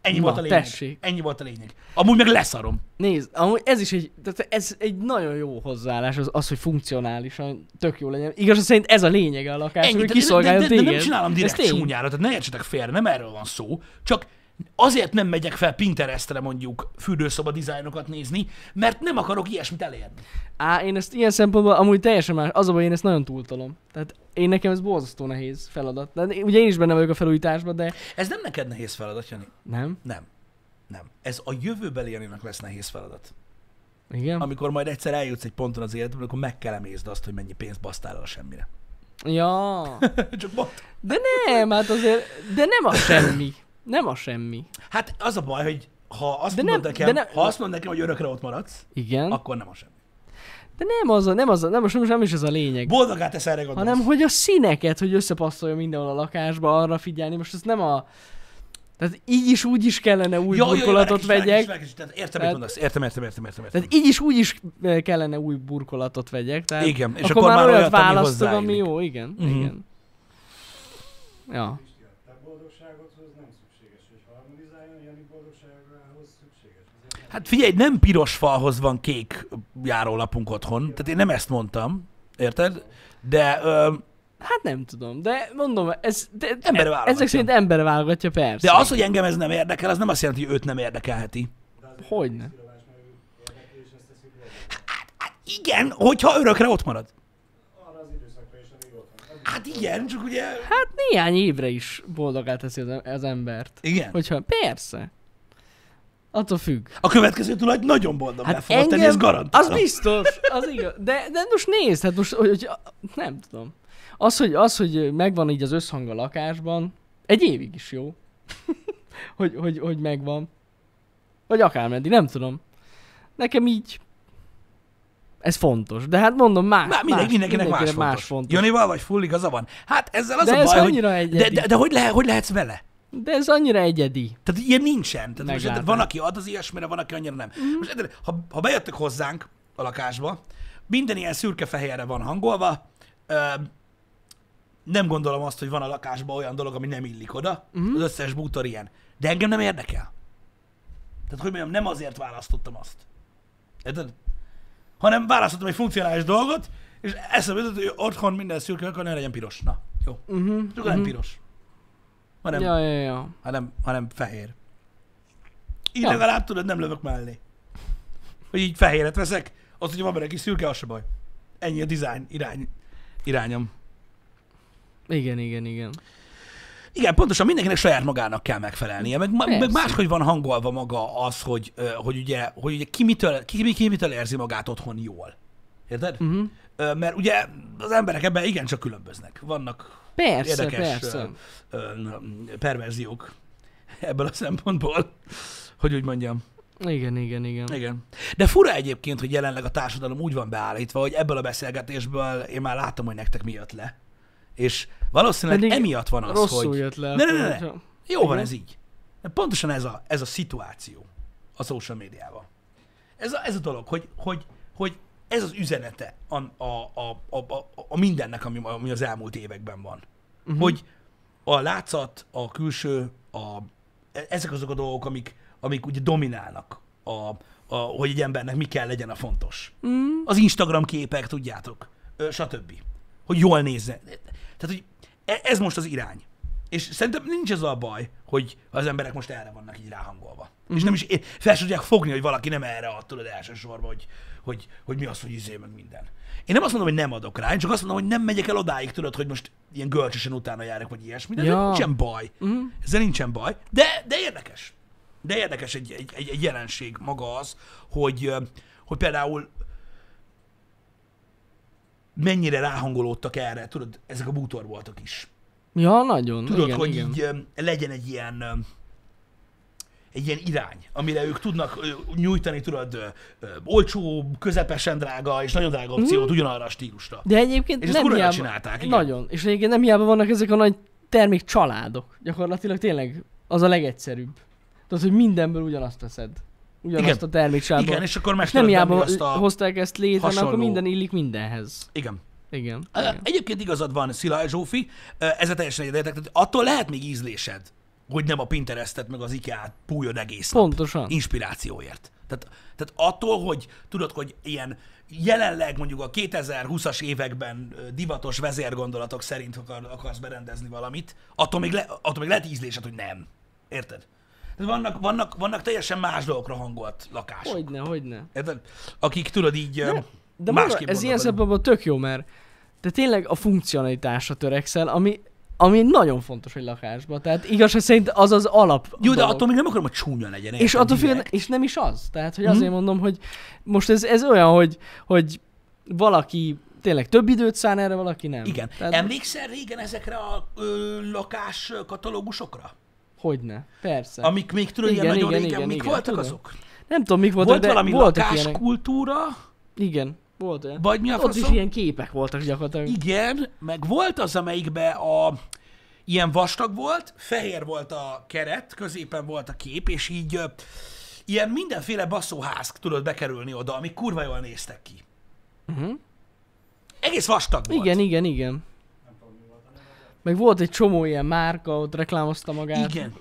Speaker 1: Ennyi
Speaker 2: Na,
Speaker 1: volt a lényeg.
Speaker 2: tessék.
Speaker 1: Ennyi volt a lényeg. Amúgy meg leszarom.
Speaker 2: Nézd, amúgy ez is egy, tehát ez egy nagyon jó hozzáállás, az, az hogy funkcionálisan tök jó legyen. Igaz, szerint ez a lényege a lakás,
Speaker 1: Ennyi,
Speaker 2: hogy
Speaker 1: de, de, de,
Speaker 2: kiszolgálja
Speaker 1: de, de
Speaker 2: téged.
Speaker 1: nem csinálom
Speaker 2: Ez
Speaker 1: direkt
Speaker 2: tény.
Speaker 1: csúnyára, tehát ne értsetek félre, nem erről van szó, csak azért nem megyek fel Pinterestre mondjuk fürdőszoba dizájnokat nézni, mert nem akarok ilyesmit elérni.
Speaker 2: Á, én ezt ilyen szempontból amúgy teljesen más, az a baj, én ezt nagyon túltolom. Tehát én nekem ez borzasztó nehéz feladat. De én- ugye én is benne vagyok a felújításban, de
Speaker 1: Ez nem neked nehéz feladat, Jani.
Speaker 2: nem.
Speaker 1: Nem. Nem. Ez a jövőbeli Janinak lesz nehéz feladat.
Speaker 2: Igen.
Speaker 1: Amikor majd egyszer eljutsz egy ponton az életedben, akkor meg kell emészd azt, hogy mennyi pénzt basztál el a semmire.
Speaker 2: Ja.
Speaker 1: Csak bot.
Speaker 2: De nem, hát azért, de nem a semmi. Nem a semmi.
Speaker 1: Hát az a baj, hogy ha azt,
Speaker 2: De
Speaker 1: mondod,
Speaker 2: nem-
Speaker 1: nekem,
Speaker 2: de Hm? nem-
Speaker 1: ha azt mondod nekem, hogy örökre ott maradsz,
Speaker 2: Igen.
Speaker 1: akkor nem a semmi.
Speaker 2: De nem az a, nem az a, nem, most nem, nem is ez a lényeg.
Speaker 1: Boldogát tesz erre gondolsz.
Speaker 2: hanem hogy a színeket, hogy összepasszolja mindenhol a lakásba, arra figyelni. Most ez nem a... Tehát így is úgy is kellene új
Speaker 1: Jó, jó, jó,
Speaker 2: burkolatot
Speaker 1: várj egy kicsit, várj egy
Speaker 2: vegyek.
Speaker 1: kicsit, várj egy kicsit. Tehát Értem, mit
Speaker 2: Tehát-
Speaker 1: mondasz. Értem, értem, értem, értem. értem.
Speaker 2: Tehát így is úgy is eh, kellene új burkolatot vegyek. Tehát
Speaker 1: Igen, és akkor már olyat, ami
Speaker 2: választok, ami
Speaker 1: hozzáillik.
Speaker 2: jó, igen,
Speaker 1: Mhm.
Speaker 2: igen. Ja.
Speaker 3: Tehát boldogságodhoz nem szükséges, hogy harmonizáljon, Jani boldogságához szükséges. Azért
Speaker 1: Hát figyelj, nem piros falhoz van kék járólapunk otthon, tehát én nem ezt mondtam, érted? De ö,
Speaker 2: Hát nem tudom, de mondom, ez, de,
Speaker 1: Ember
Speaker 2: e-
Speaker 1: válogatja.
Speaker 2: ezek szerint ember válogatja, persze.
Speaker 1: de az, hogy engem ez nem érdekel, az nem azt jelenti, hogy őt nem érdekelheti.
Speaker 2: Hogyne?
Speaker 1: Hát Igen, hogyha örökre ott marad.
Speaker 3: Arra az időszakra is, amíg ott van. Addig
Speaker 1: Hát igen, csak ugye...
Speaker 2: Hát néhány évre is boldogá teszi az, em- az embert.
Speaker 1: Igen.
Speaker 2: Hogyha, persze. Attól függ.
Speaker 1: A következő tulaj nagyon boldog hát fogod tenni, ez
Speaker 2: Az
Speaker 1: garantálom.
Speaker 2: biztos, az igaz. De, de most nézd, hát most, hogy, hogy, nem tudom. Az hogy, az, hogy megvan így az összhang a lakásban, egy évig is jó. hogy, hogy, hogy megvan. Vagy akármeddig, nem tudom. Nekem így ez fontos. De hát mondom, más.
Speaker 1: Már mindegy,
Speaker 2: más,
Speaker 1: mindenkinek,
Speaker 2: mindenkire
Speaker 1: más,
Speaker 2: más fontos.
Speaker 1: Janival vagy full igaza van? Hát ezzel az
Speaker 2: de
Speaker 1: a
Speaker 2: ez
Speaker 1: baj, hogy...
Speaker 2: annyira
Speaker 1: De,
Speaker 2: egyedi.
Speaker 1: de, de hogy, le, hogy lehetsz vele?
Speaker 2: de ez annyira egyedi.
Speaker 1: Tehát ilyen nincsen. Tehát most,
Speaker 2: Meglátás.
Speaker 1: érted, van, aki ad az ilyesmire, van, aki annyira nem. Mm. Most érted, ha, ha bejöttök hozzánk a lakásba, minden ilyen szürke-fehérre van hangolva, ö, nem gondolom azt, hogy van a lakásban olyan dolog, ami nem illik oda, mm. az összes bútor ilyen. De engem nem érdekel. Tehát, hogy mondjam, nem azért választottam azt. Érted? Hanem választottam egy funkcionális dolgot, és eszembe jutott, hogy otthon minden szürke, akkor ne legyen piros. Na, jó.
Speaker 2: Uh-huh.
Speaker 1: Csak nem piros. Hanem
Speaker 2: Ja, ja, ja.
Speaker 1: hanem, hanem fehér. Így
Speaker 2: Ja.
Speaker 1: ja. legalább tudod, nem lövök mellé. Hogy így fehéret veszek, az, hogy van benne kis szürke, az se baj. Ennyi a design irány, irányom.
Speaker 2: Igen, igen, igen.
Speaker 1: Igen, pontosan mindenkinek saját magának kell megfelelnie, meg, ma- meg
Speaker 2: Persze.
Speaker 1: máshogy van hangolva maga az, hogy, ö, hogy ugye, hogy ugye ki, mitől, ki, ki, ki mitől érzi magát otthon jól. Érted?
Speaker 2: Uh-huh.
Speaker 1: Ö, Mert ugye az emberek ebben igencsak különböznek. Vannak
Speaker 2: Persze,
Speaker 1: érdekes
Speaker 2: persze.
Speaker 1: ö, ö, n- perverziók ebből a szempontból, hogy úgy mondjam.
Speaker 2: Igen, igen, igen.
Speaker 1: Igen. De fura egyébként, hogy jelenleg a társadalom úgy van beállítva, hogy ebből a beszélgetésből én már látom, hogy nektek mi jött le. És valószínűleg
Speaker 2: Pedig
Speaker 1: Pedig emiatt van az,
Speaker 2: Rosszul
Speaker 1: hogy...
Speaker 2: jött le.
Speaker 1: Ne, ne,
Speaker 2: akkor,
Speaker 1: ne, ne.
Speaker 2: hogyha-
Speaker 1: Jó van
Speaker 2: Igen.
Speaker 1: ez így. De pontosan ez a, ez a szituáció a social médiával. Ez a, ez a dolog, hogy, hogy, hogy ez az üzenete a, a, a, a, a, a mindennek, ami, ami az elmúlt években van. Uh-huh. Hogy a látszat, a külső, a, e- ezek azok a dolgok, amik, amik ugye dominálnak, a, a, hogy egy embernek mi kell legyen a fontos.
Speaker 2: Mm,
Speaker 1: Az Instagram képek, tudjátok, ö, stb. Hogy jól nézzen. Tehát, hogy e- ez most az irány. És szerintem nincs ez a baj, hogy az emberek most erre vannak így ráhangolva. Mm-hmm. És nem is é- fel se tudják fogni, hogy valaki nem erre ad, tudod elsősorban, hogy, hogy, hogy mi az, hogy izé, meg minden. Én nem azt mondom, hogy nem adok rá, én csak azt mondom, hogy nem megyek el odáig, tudod, hogy most ilyen görcsösen utána járok, vagy ilyesmi. De
Speaker 2: Ja.
Speaker 1: ja. nincsen baj. Mm. Ezzel nincsen baj. De, de érdekes. De érdekes egy, egy, egy, egy jelenség maga az, hogy, ö, hogy például mennyire ráhangolódtak erre, tudod, ezek a bútorboltok is.
Speaker 2: Ja, nagyon.
Speaker 1: Tudod,
Speaker 2: igen,
Speaker 1: hogy
Speaker 2: igen.
Speaker 1: így öm, legyen egy ilyen öm, egy ilyen irány, amire ők tudnak ö, nyújtani, tudod, ö, ö, olcsó, közepesen drága és nagyon drága opciót ugyanarra a stílusra.
Speaker 2: Mm. De egyébként
Speaker 1: És ezt
Speaker 2: nem
Speaker 1: kurvára
Speaker 2: hiába...
Speaker 1: csinálták, igen.
Speaker 2: Nagyon. És egyébként nem hiába vannak ezek a nagy termék családok. Gyakorlatilag tényleg az a legegyszerűbb. Tudod, hogy mindenből ugyanazt veszed. Ugyanazt
Speaker 1: Igen.
Speaker 2: a termékcsaládból.
Speaker 1: Igen, és akkor meg
Speaker 2: nem
Speaker 1: tudod venni
Speaker 2: hiába
Speaker 1: azt a...
Speaker 2: hozták ezt létre, mert akkor
Speaker 1: hasonló-
Speaker 2: minden illik mindenhez.
Speaker 1: Igen.
Speaker 2: Igen.
Speaker 1: Ö,
Speaker 2: igen.
Speaker 1: Egyébként igazad van, Szila Zsófi, ö, ezzel teljesen egyetértek, tehát attól lehet még ízlésed, hogy nem a Pinterestet meg az IKEA-t pújod egész nap.
Speaker 2: Pontosan.
Speaker 1: inspirációért. Tehát, tehát attól, hogy tudod, hogy ilyen jelenleg mondjuk a 2020-as években ö, divatos vezérgondolatok szerint akar, akarsz berendezni valamit, attól még, le, attól még lehet ízlésed, hogy nem. Érted? Tehát vannak, vannak, vannak teljesen más dolgokra hangolt lakások.
Speaker 2: Hogyne, hogyne.
Speaker 1: Érted? Akik tudod így ö,
Speaker 2: De
Speaker 1: másképp
Speaker 2: maga, ez ilyen
Speaker 1: gondolkodnak.
Speaker 2: szempontból tök jó, mert te tényleg a funkcionalitásra törekszel, ami, ami nagyon fontos egy lakásban. Tehát igazság szerint az az alap
Speaker 1: Jó, de
Speaker 2: dolog.
Speaker 1: attól még nem akarom, hogy csúnya legyen.
Speaker 2: És
Speaker 1: érted? Mhm.
Speaker 2: attól
Speaker 1: Direkt.
Speaker 2: függően, és nem is az. Tehát, hogy azért mondom, hogy most ez, ez olyan, hogy, hogy valaki tényleg több időt szán erre, valaki nem.
Speaker 1: Igen.
Speaker 2: Tehát,
Speaker 1: Emlékszel régen ezekre a ö, lakás katalógusokra?
Speaker 2: Hogyne, persze. Ami...
Speaker 1: Amik még tudod, igen,
Speaker 2: Igen,
Speaker 1: ilyen nagyon
Speaker 2: igen,
Speaker 1: régen,
Speaker 2: igen,
Speaker 1: mik
Speaker 2: igen,
Speaker 1: voltak
Speaker 2: tudom.
Speaker 1: azok?
Speaker 2: Nem tudom, mik voltak,
Speaker 1: Volt
Speaker 2: de
Speaker 1: valami
Speaker 2: voltak ilyenek.
Speaker 1: lakáskultúra,
Speaker 2: Igen, volt olyan.
Speaker 1: vagy mi a
Speaker 2: Ott is
Speaker 1: faszom?
Speaker 2: ilyen képek voltak gyakorlatilag.
Speaker 1: Igen, meg volt az, amelyikbe a ilyen vastag volt, fehér volt a keret, középen volt a kép, és így ö, ilyen mindenféle baszóház tudott bekerülni oda, amik kurva jól néztek ki.
Speaker 2: Uh-huh.
Speaker 1: Egész vastag volt.
Speaker 2: Igen, igen, igen.
Speaker 3: Nem tudom, mi volt a neve.
Speaker 2: Meg volt egy csomó ilyen márka, ott reklámozta magát.
Speaker 1: Igen.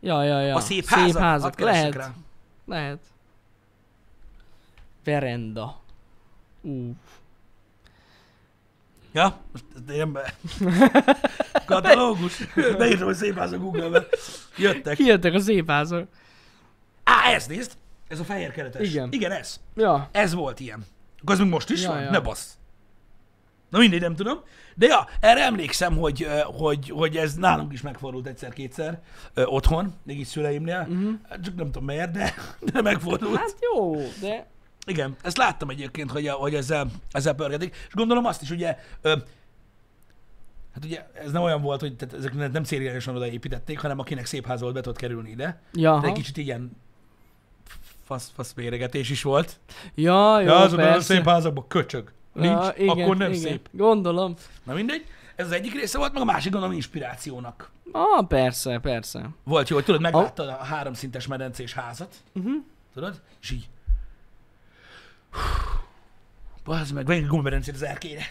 Speaker 2: Ja, ja, ja.
Speaker 1: A szép házak, szép házak
Speaker 2: lehet,
Speaker 1: rá.
Speaker 2: lehet. Verenda. Ú,
Speaker 1: Ja, most térjen be. Katalógus. Beírtam, hogy szép ház a Google-be. Jöttek.
Speaker 2: kijöttek a szép házak.
Speaker 1: Á, ez nézd! Ez a fehér keretes.
Speaker 2: Igen.
Speaker 1: Igen, ez.
Speaker 2: Ja,
Speaker 1: Ez volt ilyen. Akkor ez még most is
Speaker 2: Ja,
Speaker 1: van?
Speaker 2: ja.
Speaker 1: Ne bassz. Na mindegy, nem tudom. De ja, erre emlékszem, hogy, ö, hogy, hogy ez nálunk is megfordult egyszer-kétszer ö, otthon, mégis szüleimnél.
Speaker 2: Mhm.
Speaker 1: Hát Csak nem tudom miért, de, de megfordult.
Speaker 2: hát jó, de...
Speaker 1: Igen, ezt láttam egyébként, hogy, hogy ezzel, ezzel pörgetik, és gondolom azt is ugye, ö, hát ugye ez nem olyan volt, hogy tehát ezek nem- nem célirányosan odaépítették, hanem akinek szép ház volt, be tudott kerülni ide.
Speaker 2: Ja,
Speaker 1: De egy kicsit ilyen fasz, fasz méregetés is volt.
Speaker 2: ja, jó,
Speaker 1: Ja, azon a
Speaker 2: persze.
Speaker 1: szép házakban köcsög. Nincs,
Speaker 2: ja, igen,
Speaker 1: akkor nem
Speaker 2: igen.
Speaker 1: szép.
Speaker 2: Gondolom.
Speaker 1: Na mindegy, ez az egyik része volt, meg a másik gondolom inspirációnak.
Speaker 2: Ah, persze, persze.
Speaker 1: Volt jó, hogy tudod, megláttad a háromszintes medencés házat,
Speaker 2: Uh-huh.
Speaker 1: tudod, és így... Bazd meg, vegyünk egy gumimedencét az erkére.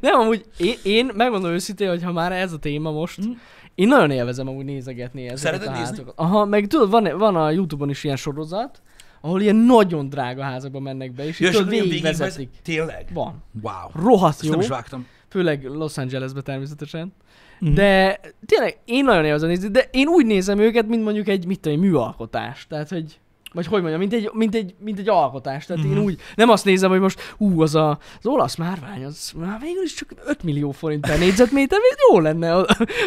Speaker 2: Nem, amúgy én, én megmondom őszintén, hogy ha már ez a téma most,
Speaker 1: Mm.
Speaker 2: mm. én nagyon élvezem amúgy nézegetni ezeket
Speaker 1: Szereted
Speaker 2: a
Speaker 1: nézni?
Speaker 2: házakat. Aha, meg tudod, van, van a Youtube-on is ilyen sorozat, ahol ilyen nagyon drága házakba mennek be, és
Speaker 1: Ja,
Speaker 2: ja,
Speaker 1: és
Speaker 2: tudod,
Speaker 1: akkor ilyen
Speaker 2: végigvezetik.
Speaker 1: végigvezet- Tényleg?
Speaker 2: Van.
Speaker 1: Wow.
Speaker 2: Rohadt
Speaker 1: Ezt
Speaker 2: jó,
Speaker 1: nem is vágtam.
Speaker 2: főleg Los Angelesbe természetesen.
Speaker 1: Mhm.
Speaker 2: Mm. De tényleg én nagyon élvezem nézni, de én úgy nézem őket, mint mondjuk egy, mit tudom, én, műalkotás. Tehát, hogy vagy hogy mondjam, mint egy, mint egy, mint egy alkotás. Tehát
Speaker 1: Mhm.
Speaker 2: én úgy nem azt nézem, hogy most ú, az, a, az olasz márvány, az már végül is csak 5 millió forint per négyzetméter, ez jó lenne,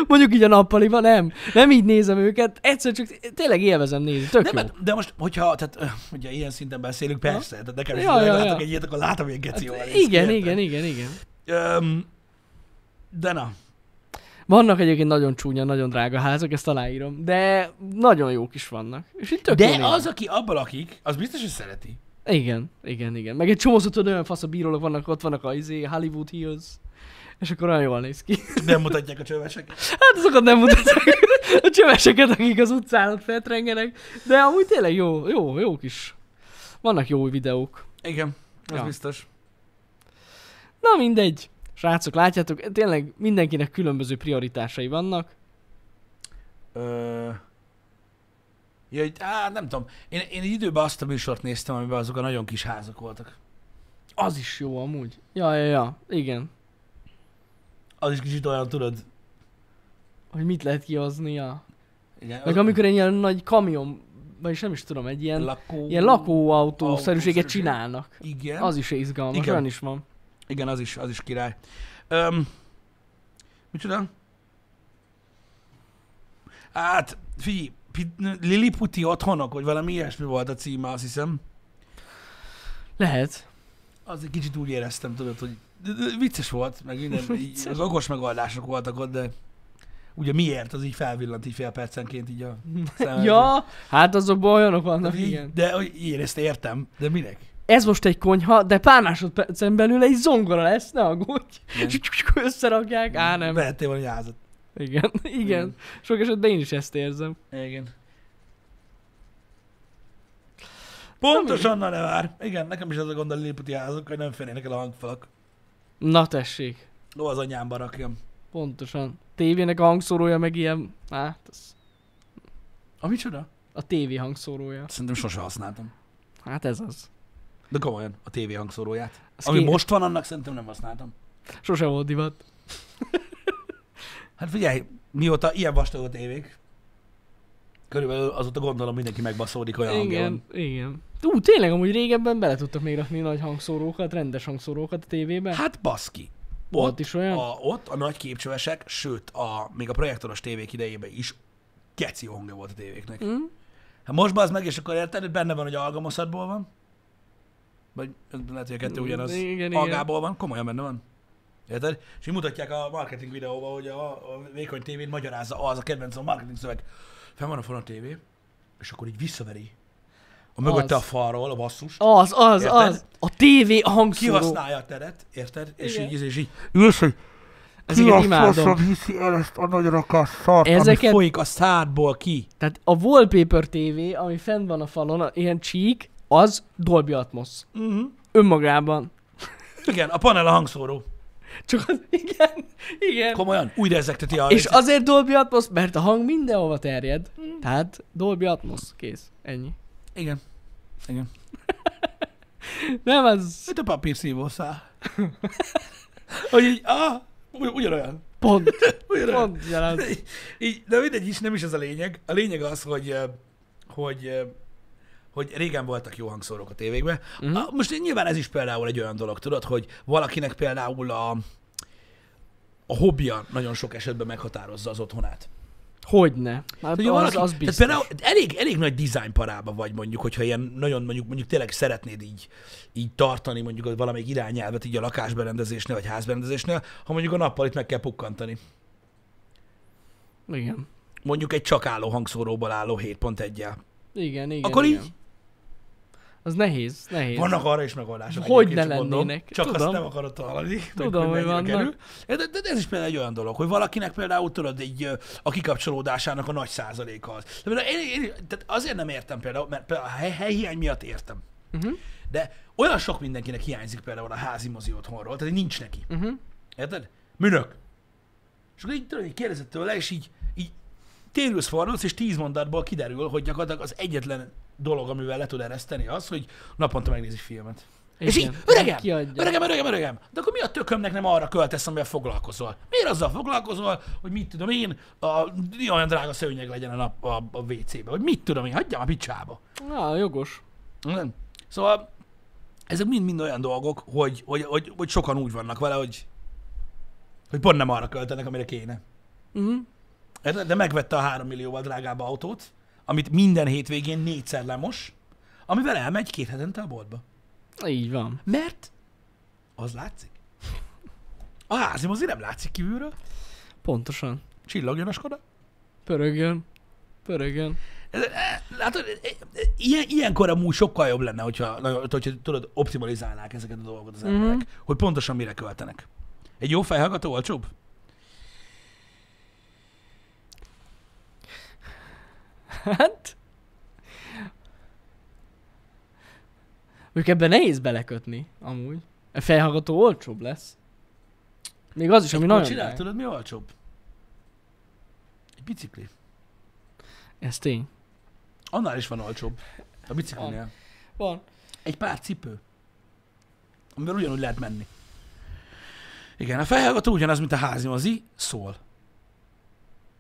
Speaker 2: mondjuk így a nappaliban, nem. Nem így nézem őket, egyszer csak tényleg élvezem nézni, tök
Speaker 1: De,
Speaker 2: jó.
Speaker 1: mert, hát, de most, hogyha, tehát, ö, ugye ilyen szinten beszélünk, persze, tehát nekem is
Speaker 2: Ja,
Speaker 1: ja,
Speaker 2: ja,
Speaker 1: látok
Speaker 2: ja.
Speaker 1: egy ilyet, akkor látom, hogy egy geci
Speaker 2: Hát,
Speaker 1: van ez,
Speaker 2: igen,
Speaker 1: érted?
Speaker 2: igen, igen, igen.
Speaker 1: Öm, de na,
Speaker 2: Vannak egyébként nagyon csúnya, nagyon drága házak, ezt aláírom, de nagyon jók is vannak. És így tök jó
Speaker 1: de
Speaker 2: nézni.
Speaker 1: az, aki abban lakik, az biztos, hogy szereti.
Speaker 2: Igen, igen, igen. Meg egy csomószor tudod, olyan fasz a bírólok vannak, ott vannak a izé, Hollywood Hills, és akkor olyan jól néz ki.
Speaker 1: Nem mutatják a csövesek.
Speaker 2: Hát azokat nem mutatják. A csöveseket, akik az utcán ott feltrengenek. De amúgy tényleg jó, jó, jók is. Vannak jó új videók.
Speaker 1: Igen, az
Speaker 2: Ja.
Speaker 1: biztos.
Speaker 2: Na mindegy. Srácok, látjátok, tényleg mindenkinek különböző prioritásai vannak.
Speaker 1: Ö... Ja, így- á, nem tudom. Én, én egy időben azt a műsort néztem, amiben azok a nagyon kis házak voltak.
Speaker 2: Az is jó amúgy. Ja, ja, ja, igen.
Speaker 1: Az is kicsit olyan, tudod.
Speaker 2: Hogy mit lehet kihozni, ja.
Speaker 1: Igen,
Speaker 2: Meg
Speaker 1: az-
Speaker 2: amikor egy ilyen nagy kamion, vagyis nem is tudom, egy ilyen,
Speaker 1: lakó...
Speaker 2: ilyen lakóautószerűséget
Speaker 1: Autószerűség.
Speaker 2: csinálnak.
Speaker 1: Igen.
Speaker 2: Az is izgalmas,
Speaker 1: Igen.
Speaker 2: Igen. olyan is van.
Speaker 1: Igen, az is, az is király. Öm, micsoda? Hát, figyelj, pi- Liliputi otthonok, vagy valami ilyesmi volt a címe, azt hiszem.
Speaker 2: Lehet.
Speaker 1: Az egy kicsit úgy éreztem, tudod, hogy de- de vicces volt, meg minden, így, az okos megoldások voltak ott, de ugye miért, az így felvillant így fél percenként így a szemembe.
Speaker 2: Ja, hát azokban olyanok vannak,
Speaker 1: Tehát így-
Speaker 2: igen.
Speaker 1: De hogy én ezt értem, de minek?
Speaker 2: Ez most egy konyha, de pár másodpercen belül egy zongora lesz, ne aggódj.
Speaker 1: Igen.
Speaker 2: Összerakják, á nem.
Speaker 1: Vehettél volna egy házat.
Speaker 2: Igen,
Speaker 1: Igen.
Speaker 2: igen. Sok esetben én is ezt érzem.
Speaker 1: Igen. Pontosan, na ne vár. Igen, nekem is az a gond a liliputi házak, hogy nem férnének el a hangfalak.
Speaker 2: Na tessék,
Speaker 1: Ó, az anyámba rakjam.
Speaker 2: pontosan. Tévének a hangszórója meg ilyen, hát az
Speaker 1: A micsoda?
Speaker 2: a tévé hangszórója.
Speaker 1: Szerintem sose használtam.
Speaker 2: Hát ez az.
Speaker 1: De komolyan, a tévé hangszóróját.
Speaker 2: Azt
Speaker 1: Ami
Speaker 2: ki-
Speaker 1: most van, annak szerintem nem használtam.
Speaker 2: Sose volt divat.
Speaker 1: Hát figyelj, mióta ilyen vastag a tévék, körülbelül azóta gondolom mindenki megbaszódik olyan hangja
Speaker 2: Igen,
Speaker 1: van.
Speaker 2: igen. Ú, tényleg amúgy régebben bele tudtak még rakni nagy hangszórókat, rendes hangszórókat a tévébe.
Speaker 1: Hát baszki.
Speaker 2: Volt
Speaker 1: Ott,
Speaker 2: is olyan?
Speaker 1: a, ott a nagy képcsövesek, sőt, a, még a projektoros tévék idejében is geci jó hangja volt a tévéknek.
Speaker 2: Mm.
Speaker 1: Hát most bazd meg, és akkor érted, hogy benne van, hogy algamoszatból van? Vagy lehet, hogy a kettő
Speaker 2: Mm,
Speaker 1: ugyanaz.
Speaker 2: igen, igen.
Speaker 1: Algából van, komolyan benne van. Érted? És így mutatják a marketing videóban, hogy a, a vékony tévén magyarázza "Ah, az a kedvenc a marketing szöveg. Fenn van a falon a tévé, és akkor így visszaveri a mögötte
Speaker 2: Az.
Speaker 1: a falról a basszus.
Speaker 2: Az, az,
Speaker 1: Érted?
Speaker 2: az. A tévé a hangszóró.
Speaker 1: Kihasználja a teret, érted? És
Speaker 2: Igen.
Speaker 1: így, és így ülsz, hogy
Speaker 2: Ezeket imádom.
Speaker 1: viszi el ezt a nagyra a szart, Ezeket... ami
Speaker 2: Ezeket-
Speaker 1: folyik a szádból ki.
Speaker 2: Tehát a wallpaper TV, ami fent van a falon, a- ilyen csík, az Dolby Atmos.
Speaker 1: Uh-huh.
Speaker 2: Önmagában.
Speaker 1: Igen, a panel a hangszóró.
Speaker 2: Csak az, igen, igen.
Speaker 1: Komolyan, újra ezegteti a
Speaker 2: és azért Dolby Atmos, mert a hang mindenhova
Speaker 1: Hm.
Speaker 2: terjed. Tehát Dolby Atmos, kész. Ennyi.
Speaker 1: Igen. Igen.
Speaker 2: Nem, ez
Speaker 1: Mint a papír szívószál. hogy így, ah, ugy- ugyanolyan.
Speaker 2: pont,
Speaker 1: Ugyanolyan.
Speaker 2: pont jelent.
Speaker 1: Így, de mindegy is, nem is ez a lényeg. A lényeg az, hogy, ö, hogy, ö, hogy régen voltak jó hangszórók a tévékben.
Speaker 2: Mhm.
Speaker 1: Uh-huh. Most nyilván ez is például egy olyan dolog, tudod, hogy valakinek például a, a hobbija nagyon sok esetben meghatározza az otthonát.
Speaker 2: Hogyne. Hát
Speaker 1: Tehát,
Speaker 2: az,
Speaker 1: valaki,
Speaker 2: az
Speaker 1: tehát
Speaker 2: biztos.
Speaker 1: például elég, elég nagy design parába vagy mondjuk, hogyha ilyen nagyon mondjuk, mondjuk tényleg szeretnéd így, így tartani mondjuk valamelyik irányelvet így a lakásberendezésnél vagy házberendezésnél, ha mondjuk a nappalit meg kell pukkantani.
Speaker 2: Igen.
Speaker 1: Mondjuk egy csak álló hangszóróból álló 7.1-jel.
Speaker 2: Igen, igen.
Speaker 1: Akkor
Speaker 2: igen.
Speaker 1: így?
Speaker 2: Az nehéz, nehéz.
Speaker 1: Vannak arra is megoldások.
Speaker 2: Hogy
Speaker 1: egyébként,
Speaker 2: ne
Speaker 1: csak mondom,
Speaker 2: lennének.
Speaker 1: Csak
Speaker 2: Tudom.
Speaker 1: azt nem akarod hallani. meg
Speaker 2: Tudom, hogy
Speaker 1: mennyire
Speaker 2: vannak.
Speaker 1: kerül. De, de, de ez is például egy olyan dolog, hogy valakinek például tudod, egy, ö, a kikapcsolódásának a nagy százaléka az. De például én, én, tehát azért nem értem például, mert például a hely, helyhiány miatt értem.
Speaker 2: Uh-huh.
Speaker 1: De olyan sok mindenkinek hiányzik például a házi mozi otthonról, tehát így nincs neki.
Speaker 2: Uh-huh.
Speaker 1: Érted? Műnök. És akkor így, tudod, így kérdezett tőle, és így, így térülsz fordulsz, és tíz mondatból kiderül, hogy gyakorlatilag az egyetlen dolog, amivel le tud ereszteni az, hogy naponta megnézi filmet. És így, öregem,
Speaker 2: Kiadja.
Speaker 1: öregem, öregem, öregem, de akkor mi a tökömnek nem arra költesz, amivel foglalkozol? Miért azzal foglalkozol, hogy mit tudom én, a, olyan drága szőnyeg legyen a, nap, a, a WC-be, vagy mit tudom én, hagyjam a picsába.
Speaker 2: Na, jogos.
Speaker 1: Nem. Szóval ezek mind-mind olyan dolgok, hogy, hogy, hogy, hogy sokan úgy vannak vele, hogy, hogy pont nem arra költenek, amire kéne.
Speaker 2: Uh-huh.
Speaker 1: Érted? De megvette a 3 millióval drágább autót, amit minden hétvégén négyszer lemos, amivel elmegy két hetente a boltba.
Speaker 2: Így van.
Speaker 1: Mert az látszik. A házim azért nem látszik kívülről.
Speaker 2: Pontosan.
Speaker 1: Csillogjon a Skoda.
Speaker 2: Pörögjön. Pörögjön.
Speaker 1: Ez- e, Látod, e, e, ilyen, ilyenkor amúgy sokkal jobb lenne, hogyha, na, hogyha tudod, optimalizálnák ezeket a dolgokat az
Speaker 2: Mhm.
Speaker 1: emberek, mm-hmm. hogy pontosan mire költenek. Egy jó fejhallgató olcsóbb?
Speaker 2: Hát... Mondjuk ebben nehéz belekötni, amúgy. A fejhallgató olcsóbb lesz. Még az is, ami
Speaker 1: Egy
Speaker 2: nagyon...
Speaker 1: kocsinál,
Speaker 2: drága.
Speaker 1: tudod, mi olcsóbb? Egy bicikli.
Speaker 2: Ez tény.
Speaker 1: Annál is van olcsóbb. A biciklinél.
Speaker 2: Van.
Speaker 1: Egy pár cipő. Amivel ugyanúgy lehet menni. Igen, a fejhallgató ugyanaz, mint a házi mozi, szól.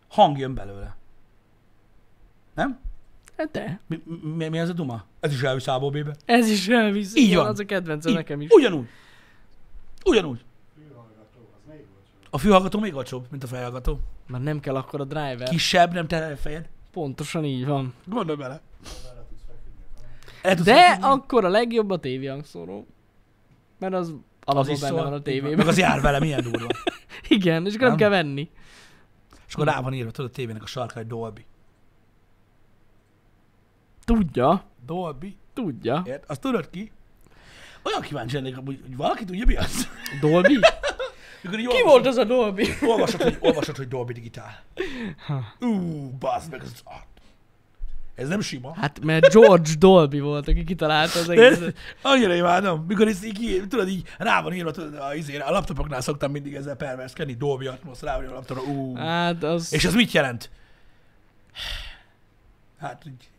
Speaker 1: Hang jön belőle. Nem?
Speaker 2: Hát de.
Speaker 1: Mi, mi, mi ez a duma? Ez is elvisz Ábó B-be.
Speaker 2: Ez is elvisz.
Speaker 1: Így
Speaker 2: Igen,
Speaker 1: van.
Speaker 2: Az a kedvencem
Speaker 1: Így,
Speaker 2: nekem is.
Speaker 1: Ugyanúgy. Ugyanúgy.
Speaker 3: Fülhallgató, az melyik volt?
Speaker 1: A fülhallgató még olcsóbb, mint a fejhallgató.
Speaker 2: Már nem kell akkor a driver.
Speaker 1: Kisebb, nem terhel a fejed.
Speaker 2: Pontosan így van.
Speaker 1: Gondolj bele.
Speaker 3: Oda le tudsz feküdni.
Speaker 1: El tudsz
Speaker 2: De
Speaker 1: feküdni.
Speaker 2: akkor a legjobb a tévé hangszóró. Mert az alapból
Speaker 1: is
Speaker 2: benne
Speaker 1: szól.
Speaker 2: van a
Speaker 1: Így van.
Speaker 2: tévében.
Speaker 1: Meg az jár vele, milyen durva.
Speaker 2: Igen, és akkor nem
Speaker 1: Nem?
Speaker 2: kell venni.
Speaker 1: És akkor rá van írva, tudod, a tévének a sarkára, hogy Dolby.
Speaker 2: Tudja.
Speaker 1: Dolby?
Speaker 2: Tudja.
Speaker 1: Ért? Azt tudod ki? Olyan kíváncsi lennék, amúgy, hogy valaki tudja mi az.
Speaker 2: Dolby?
Speaker 1: Mikor így
Speaker 2: Ki
Speaker 1: olvasod-
Speaker 2: volt az a Dolby?
Speaker 1: Olvasod, hogy, olvasod, hogy Dolby digitál. Ú, bazd meg, ez, ah, ez nem sima.
Speaker 2: Hát mert George Dolby volt, aki kitalálta az
Speaker 1: De ez,
Speaker 2: egészet.
Speaker 1: annyira imádom, mikor ezt így, ki- tudod, így rá van írva, tudod, a, izére, a laptopoknál szoktam mindig ezzel perverszkedni, Dolby Atmos, rá van írva a laptopra, ú.
Speaker 2: Hát az...
Speaker 1: És ez mit jelent? Hát, így,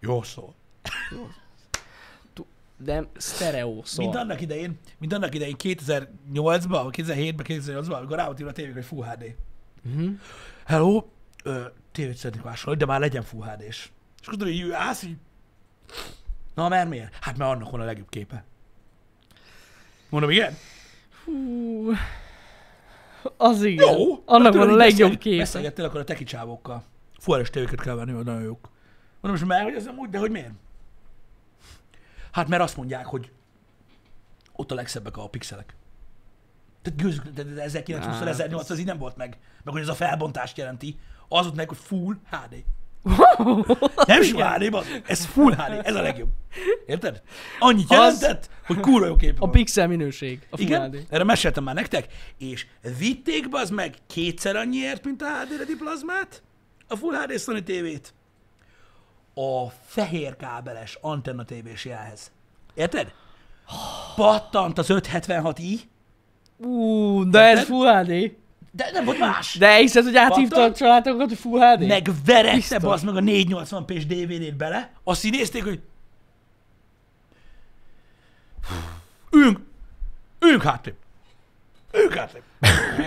Speaker 1: jó szó.
Speaker 2: Nem, sztereó szó.
Speaker 1: Mint annak idején, mint annak idején 2008-ban, 2007-ben, 2008-ban, amikor rá volt írva a tévék, hogy Full HD.
Speaker 2: Mhm.
Speaker 1: Hello, ö, tévét szeretnék vásárolni, de már legyen Full HD-s. És akkor tudod, így állsz, így... Na, mert miért? Hát mert annak van a legjobb képe. Mondom, igen?
Speaker 2: Hú. Az igen.
Speaker 1: Jó.
Speaker 2: Annak
Speaker 1: Tudod,
Speaker 2: van a
Speaker 1: így
Speaker 2: legjobb
Speaker 1: beszélg-
Speaker 2: képe.
Speaker 1: Beszélgettél akkor a teki csávokkal. Fú, erős tévéket kell venni, mert nagyon jók. Mondom, és már, hogy ez nem úgy, de hogy miért? Hát mert azt mondják, hogy ott a legszebbek a pixelek. Tehát gőzük, de- de 1920
Speaker 2: Hát,
Speaker 1: 1800 így nem volt meg. Meg hogy ez a felbontást jelenti, az ott meg, hogy full HD. Nem sima HD, bazd, ez full HD, ez a legjobb. Érted? Annyit
Speaker 2: Az-
Speaker 1: jelentett, hogy kurva jó kép
Speaker 2: A
Speaker 1: van.
Speaker 2: pixel minőség. A
Speaker 1: Igen,
Speaker 2: Full HD.
Speaker 1: erre meséltem már nektek, és vitték az meg kétszer annyiért, mint a HD Ready plazmát, a Full HD Sony tévét. A fehér kábeles antenna tévés jelhez. Érted? Pattant az 576i,
Speaker 2: Ú, de ez
Speaker 1: Érted?
Speaker 2: Full HD.
Speaker 1: de nem volt más. De
Speaker 2: De hiszed, hogy áthívta a
Speaker 1: Pattant?
Speaker 2: családokat, hogy Full HD?
Speaker 1: Megverette
Speaker 2: Biztos.
Speaker 1: az meg a 480p-s DVD-t bele, azt így nézték, hogy Üljünk, üljünk hátrébb. Üljünk hátrébb.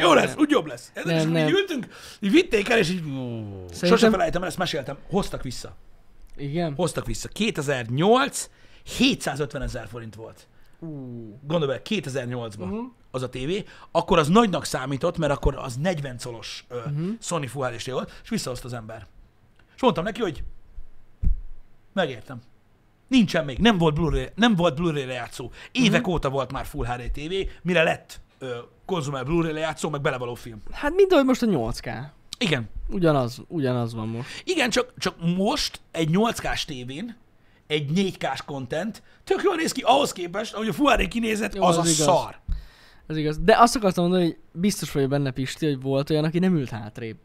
Speaker 1: Jó lesz, úgy jobb lesz. Ez
Speaker 2: Nem,
Speaker 1: nem, nem.
Speaker 2: nem.
Speaker 1: Így ültünk, így vitték el, és így... ú, Sose
Speaker 2: Szerintem-
Speaker 1: felejtem el, ezt meséltem. Hoztak vissza.
Speaker 2: Igen?
Speaker 1: Hoztak vissza. 2008, 750 ezer forint volt. Gondolj bele, 2008-ban uh-huh. az a tévé, akkor az nagynak számított, mert akkor az 40 colos ö, uh-huh. Sony Full hd volt, és visszahozta az ember. És mondtam neki, hogy megértem. Nincsen még, nem volt Blu-ray, nem volt Blu-ray lejátszó. Évek uh-huh. óta volt már Full HD TV, mire lett ö, konzumál Blu-ray lejátszó, meg belevaló film.
Speaker 2: Hát mind, ahogy most a 8K.
Speaker 1: Igen,
Speaker 2: Ugyanaz, ugyanaz van most.
Speaker 1: Igen, csak, csak most egy 8K-s tévén, egy 4K-s content tök jól néz ki ahhoz képest, ahogy a fuáré kinézett, Jó,
Speaker 2: Jó,
Speaker 1: az, az
Speaker 2: az
Speaker 1: a
Speaker 2: igaz.
Speaker 1: szar.
Speaker 2: Ez igaz. De azt akartam mondani, hogy biztos vagyok benne Pisti, hogy volt olyan, aki nem ült hátrébb.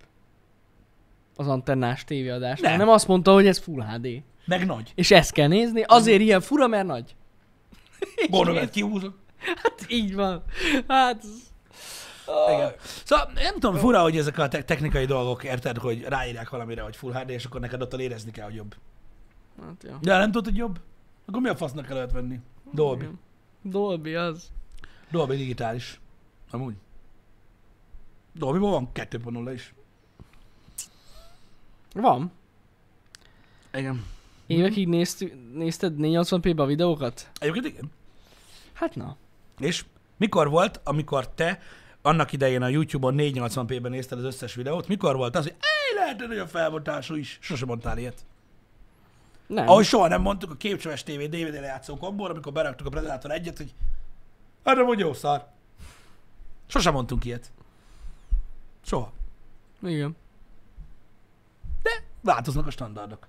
Speaker 2: Az antennás tévéadás.
Speaker 1: Nem.
Speaker 2: Nem. nem azt mondta, hogy ez Full HD.
Speaker 1: Meg nagy.
Speaker 2: És ezt kell nézni, azért ilyen fura, mert nagy.
Speaker 1: Gondolom, kihúzok.
Speaker 2: Hát így van. Hát...
Speaker 1: Igen. Szóval nem tudom, fura, hogy ezek a te- technikai dolgok, érted, hogy ráírják valamire, hogy Full HD, és akkor neked ott érezni kell, hogy jobb.
Speaker 2: Hát jó.
Speaker 1: De ha nem tudod, hogy jobb, akkor mi a fasznak el lehet venni? Dolby.
Speaker 2: Igen. Dolby az.
Speaker 1: Dolby digitális. Amúgy. Dolbyban van 2.0 is.
Speaker 2: Van.
Speaker 1: Igen.
Speaker 2: Évekig néztük, nézted 480p-be a videókat?
Speaker 1: Egyébként igen.
Speaker 2: Hát na.
Speaker 1: És mikor volt, amikor te annak idején a YouTube-on 480p-ben nézted az összes videót, mikor volt az, hogy ej, lehet, hogy a felbontású is. Sose mondtál ilyet.
Speaker 2: Nem.
Speaker 1: Ahogy soha nem mondtuk a képcsöves TV DVD lejátszó kombor, amikor beraktuk a Predator egyet, hogy arra mondja, jó szar. Sose mondtunk ilyet. Soha.
Speaker 2: Igen.
Speaker 1: Változnak a standardok.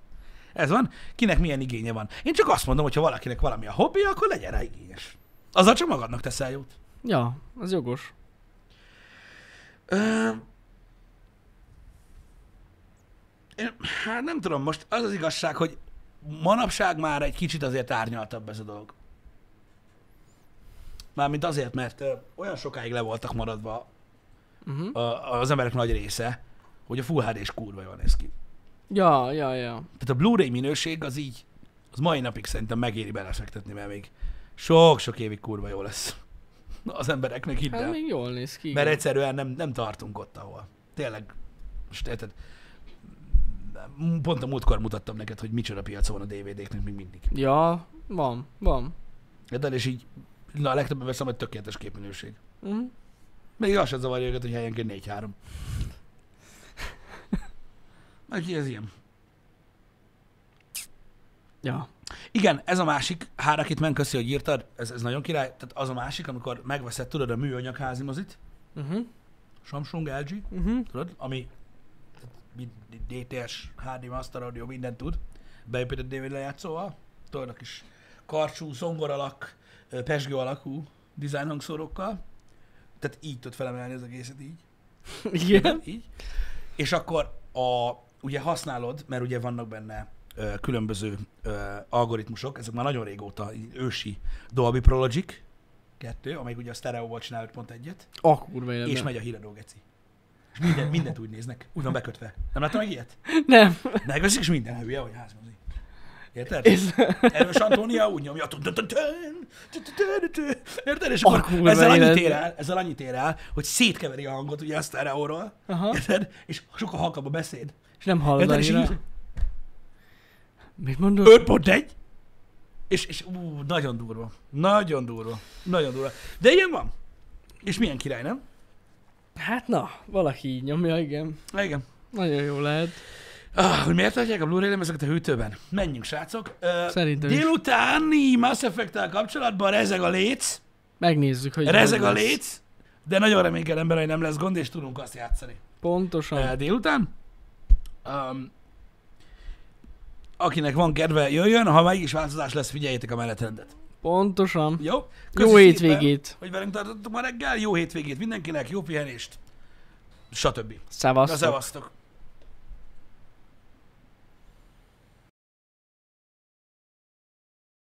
Speaker 1: Ez van. Kinek milyen igénye van. Én csak azt mondom, hogy ha valakinek valami a hobbi, akkor legyen rá igényes. Azzal csak magadnak teszel jót.
Speaker 2: Ja, az jogos.
Speaker 1: Ö... Én, hát nem tudom, most az az igazság, hogy manapság már egy kicsit azért árnyaltabb ez a dolog. Mármint azért, mert ö, olyan sokáig le voltak maradva
Speaker 2: Uh-huh.
Speaker 1: a, az emberek nagy része, hogy a Full HD-s kurva jól néz ki.
Speaker 2: Ja, ja, ja.
Speaker 1: Tehát a Blu-ray minőség az így, az mai napig szerintem megéri belefektetni, mert még sok-sok évig kurva jó lesz az embereknek, hidd
Speaker 2: Hát
Speaker 1: el.
Speaker 2: még jól néz ki.
Speaker 1: Mert
Speaker 2: igen.
Speaker 1: egyszerűen nem, nem tartunk ott, ahol. Tényleg, most érted, m- pont a múltkor mutattam neked, hogy micsoda piaca van a DVD-knek még mindig.
Speaker 2: Ja, van, van.
Speaker 1: Érted, és így na, a legtöbben veszem, hogy tökéletes képminőség.
Speaker 2: Uh-huh.
Speaker 1: Még az sem zavarja őket, hogy helyenként 4-3. Mert ez ilyen.
Speaker 2: Ja.
Speaker 1: Igen, ez a másik, Hárakit men, köszi, hogy írtad, ez, ez nagyon király. Tehát az a másik, amikor megveszed, tudod, a műanyag házimozit,
Speaker 2: Uh-huh.
Speaker 1: Samsung, LG,
Speaker 2: Uh-huh.
Speaker 1: tudod, ami tehát mind- DTS, HD Master Audio, mindent tud, beépített DVD lejátszóval, tudod, a kis karcsú, zongoralak, ö, pesgő alakú design hangszórókkal, tehát így tudod felemelni az egészet így.
Speaker 2: Igen.
Speaker 1: Így. És akkor a, ugye használod, mert ugye vannak benne ö, különböző ö, algoritmusok, ezek már nagyon régóta így ősi Dolby Prologic 2, amelyik ugye a sztereóval csinál 5.1-et,
Speaker 2: A Ah, kurva
Speaker 1: és
Speaker 2: életben.
Speaker 1: megy a híradó, geci. És minden, mindent úgy néznek, úgy van bekötve. Nem láttam meg ilyet?
Speaker 2: Nem.
Speaker 1: Megveszik, és minden hülye, hogy házmozi. Érted?
Speaker 2: És...
Speaker 1: Erős Antónia úgy nyomja. tun, tun, tun, tun, tun, tun, tun, tun. Érted? És
Speaker 2: A
Speaker 1: akkor
Speaker 2: kurva
Speaker 1: ezzel annyit ér
Speaker 2: életben.
Speaker 1: el, ezzel annyit ér el, hogy szétkeveri a hangot ugye a sztereóról.
Speaker 2: Aha.
Speaker 1: Érted? És sokkal halkabb a beszéd.
Speaker 2: És nem hallod
Speaker 1: Érted? És így
Speaker 2: annyira. Mit mondod?
Speaker 1: 5.1. És, és ú, nagyon durva. Nagyon durva. Nagyon durva. De ilyen van. És milyen király, nem?
Speaker 2: Hát na, valaki így nyomja, igen.
Speaker 1: Igen.
Speaker 2: Nagyon jó lehet.
Speaker 1: Ah, hogy miért tartják a Blu-ray lemezeket a hűtőben? Menjünk, srácok. Ö,
Speaker 2: Szerintem is.
Speaker 1: Délutáni Mass effect kapcsolatban rezeg a léc,
Speaker 2: Megnézzük, hogy...
Speaker 1: rezeg
Speaker 2: hogy
Speaker 1: a
Speaker 2: lesz.
Speaker 1: léc, de nagyon reménykedem benne, hogy nem lesz gond, és tudunk azt játszani. Ö, Hát.
Speaker 2: Pontosan.
Speaker 1: délután. Um, akinek van kedve, jöjjön, ha meg is változás lesz, figyeljétek a menetrendet.
Speaker 2: Pontosan.
Speaker 1: Jó? Köszi
Speaker 2: Jó
Speaker 1: szépen,
Speaker 2: hétvégét.
Speaker 1: hogy velünk tartottuk ma reggel, jó hétvégét mindenkinek, jó pihenést, stb. Na,
Speaker 2: Szevasztok.
Speaker 1: szevasztok.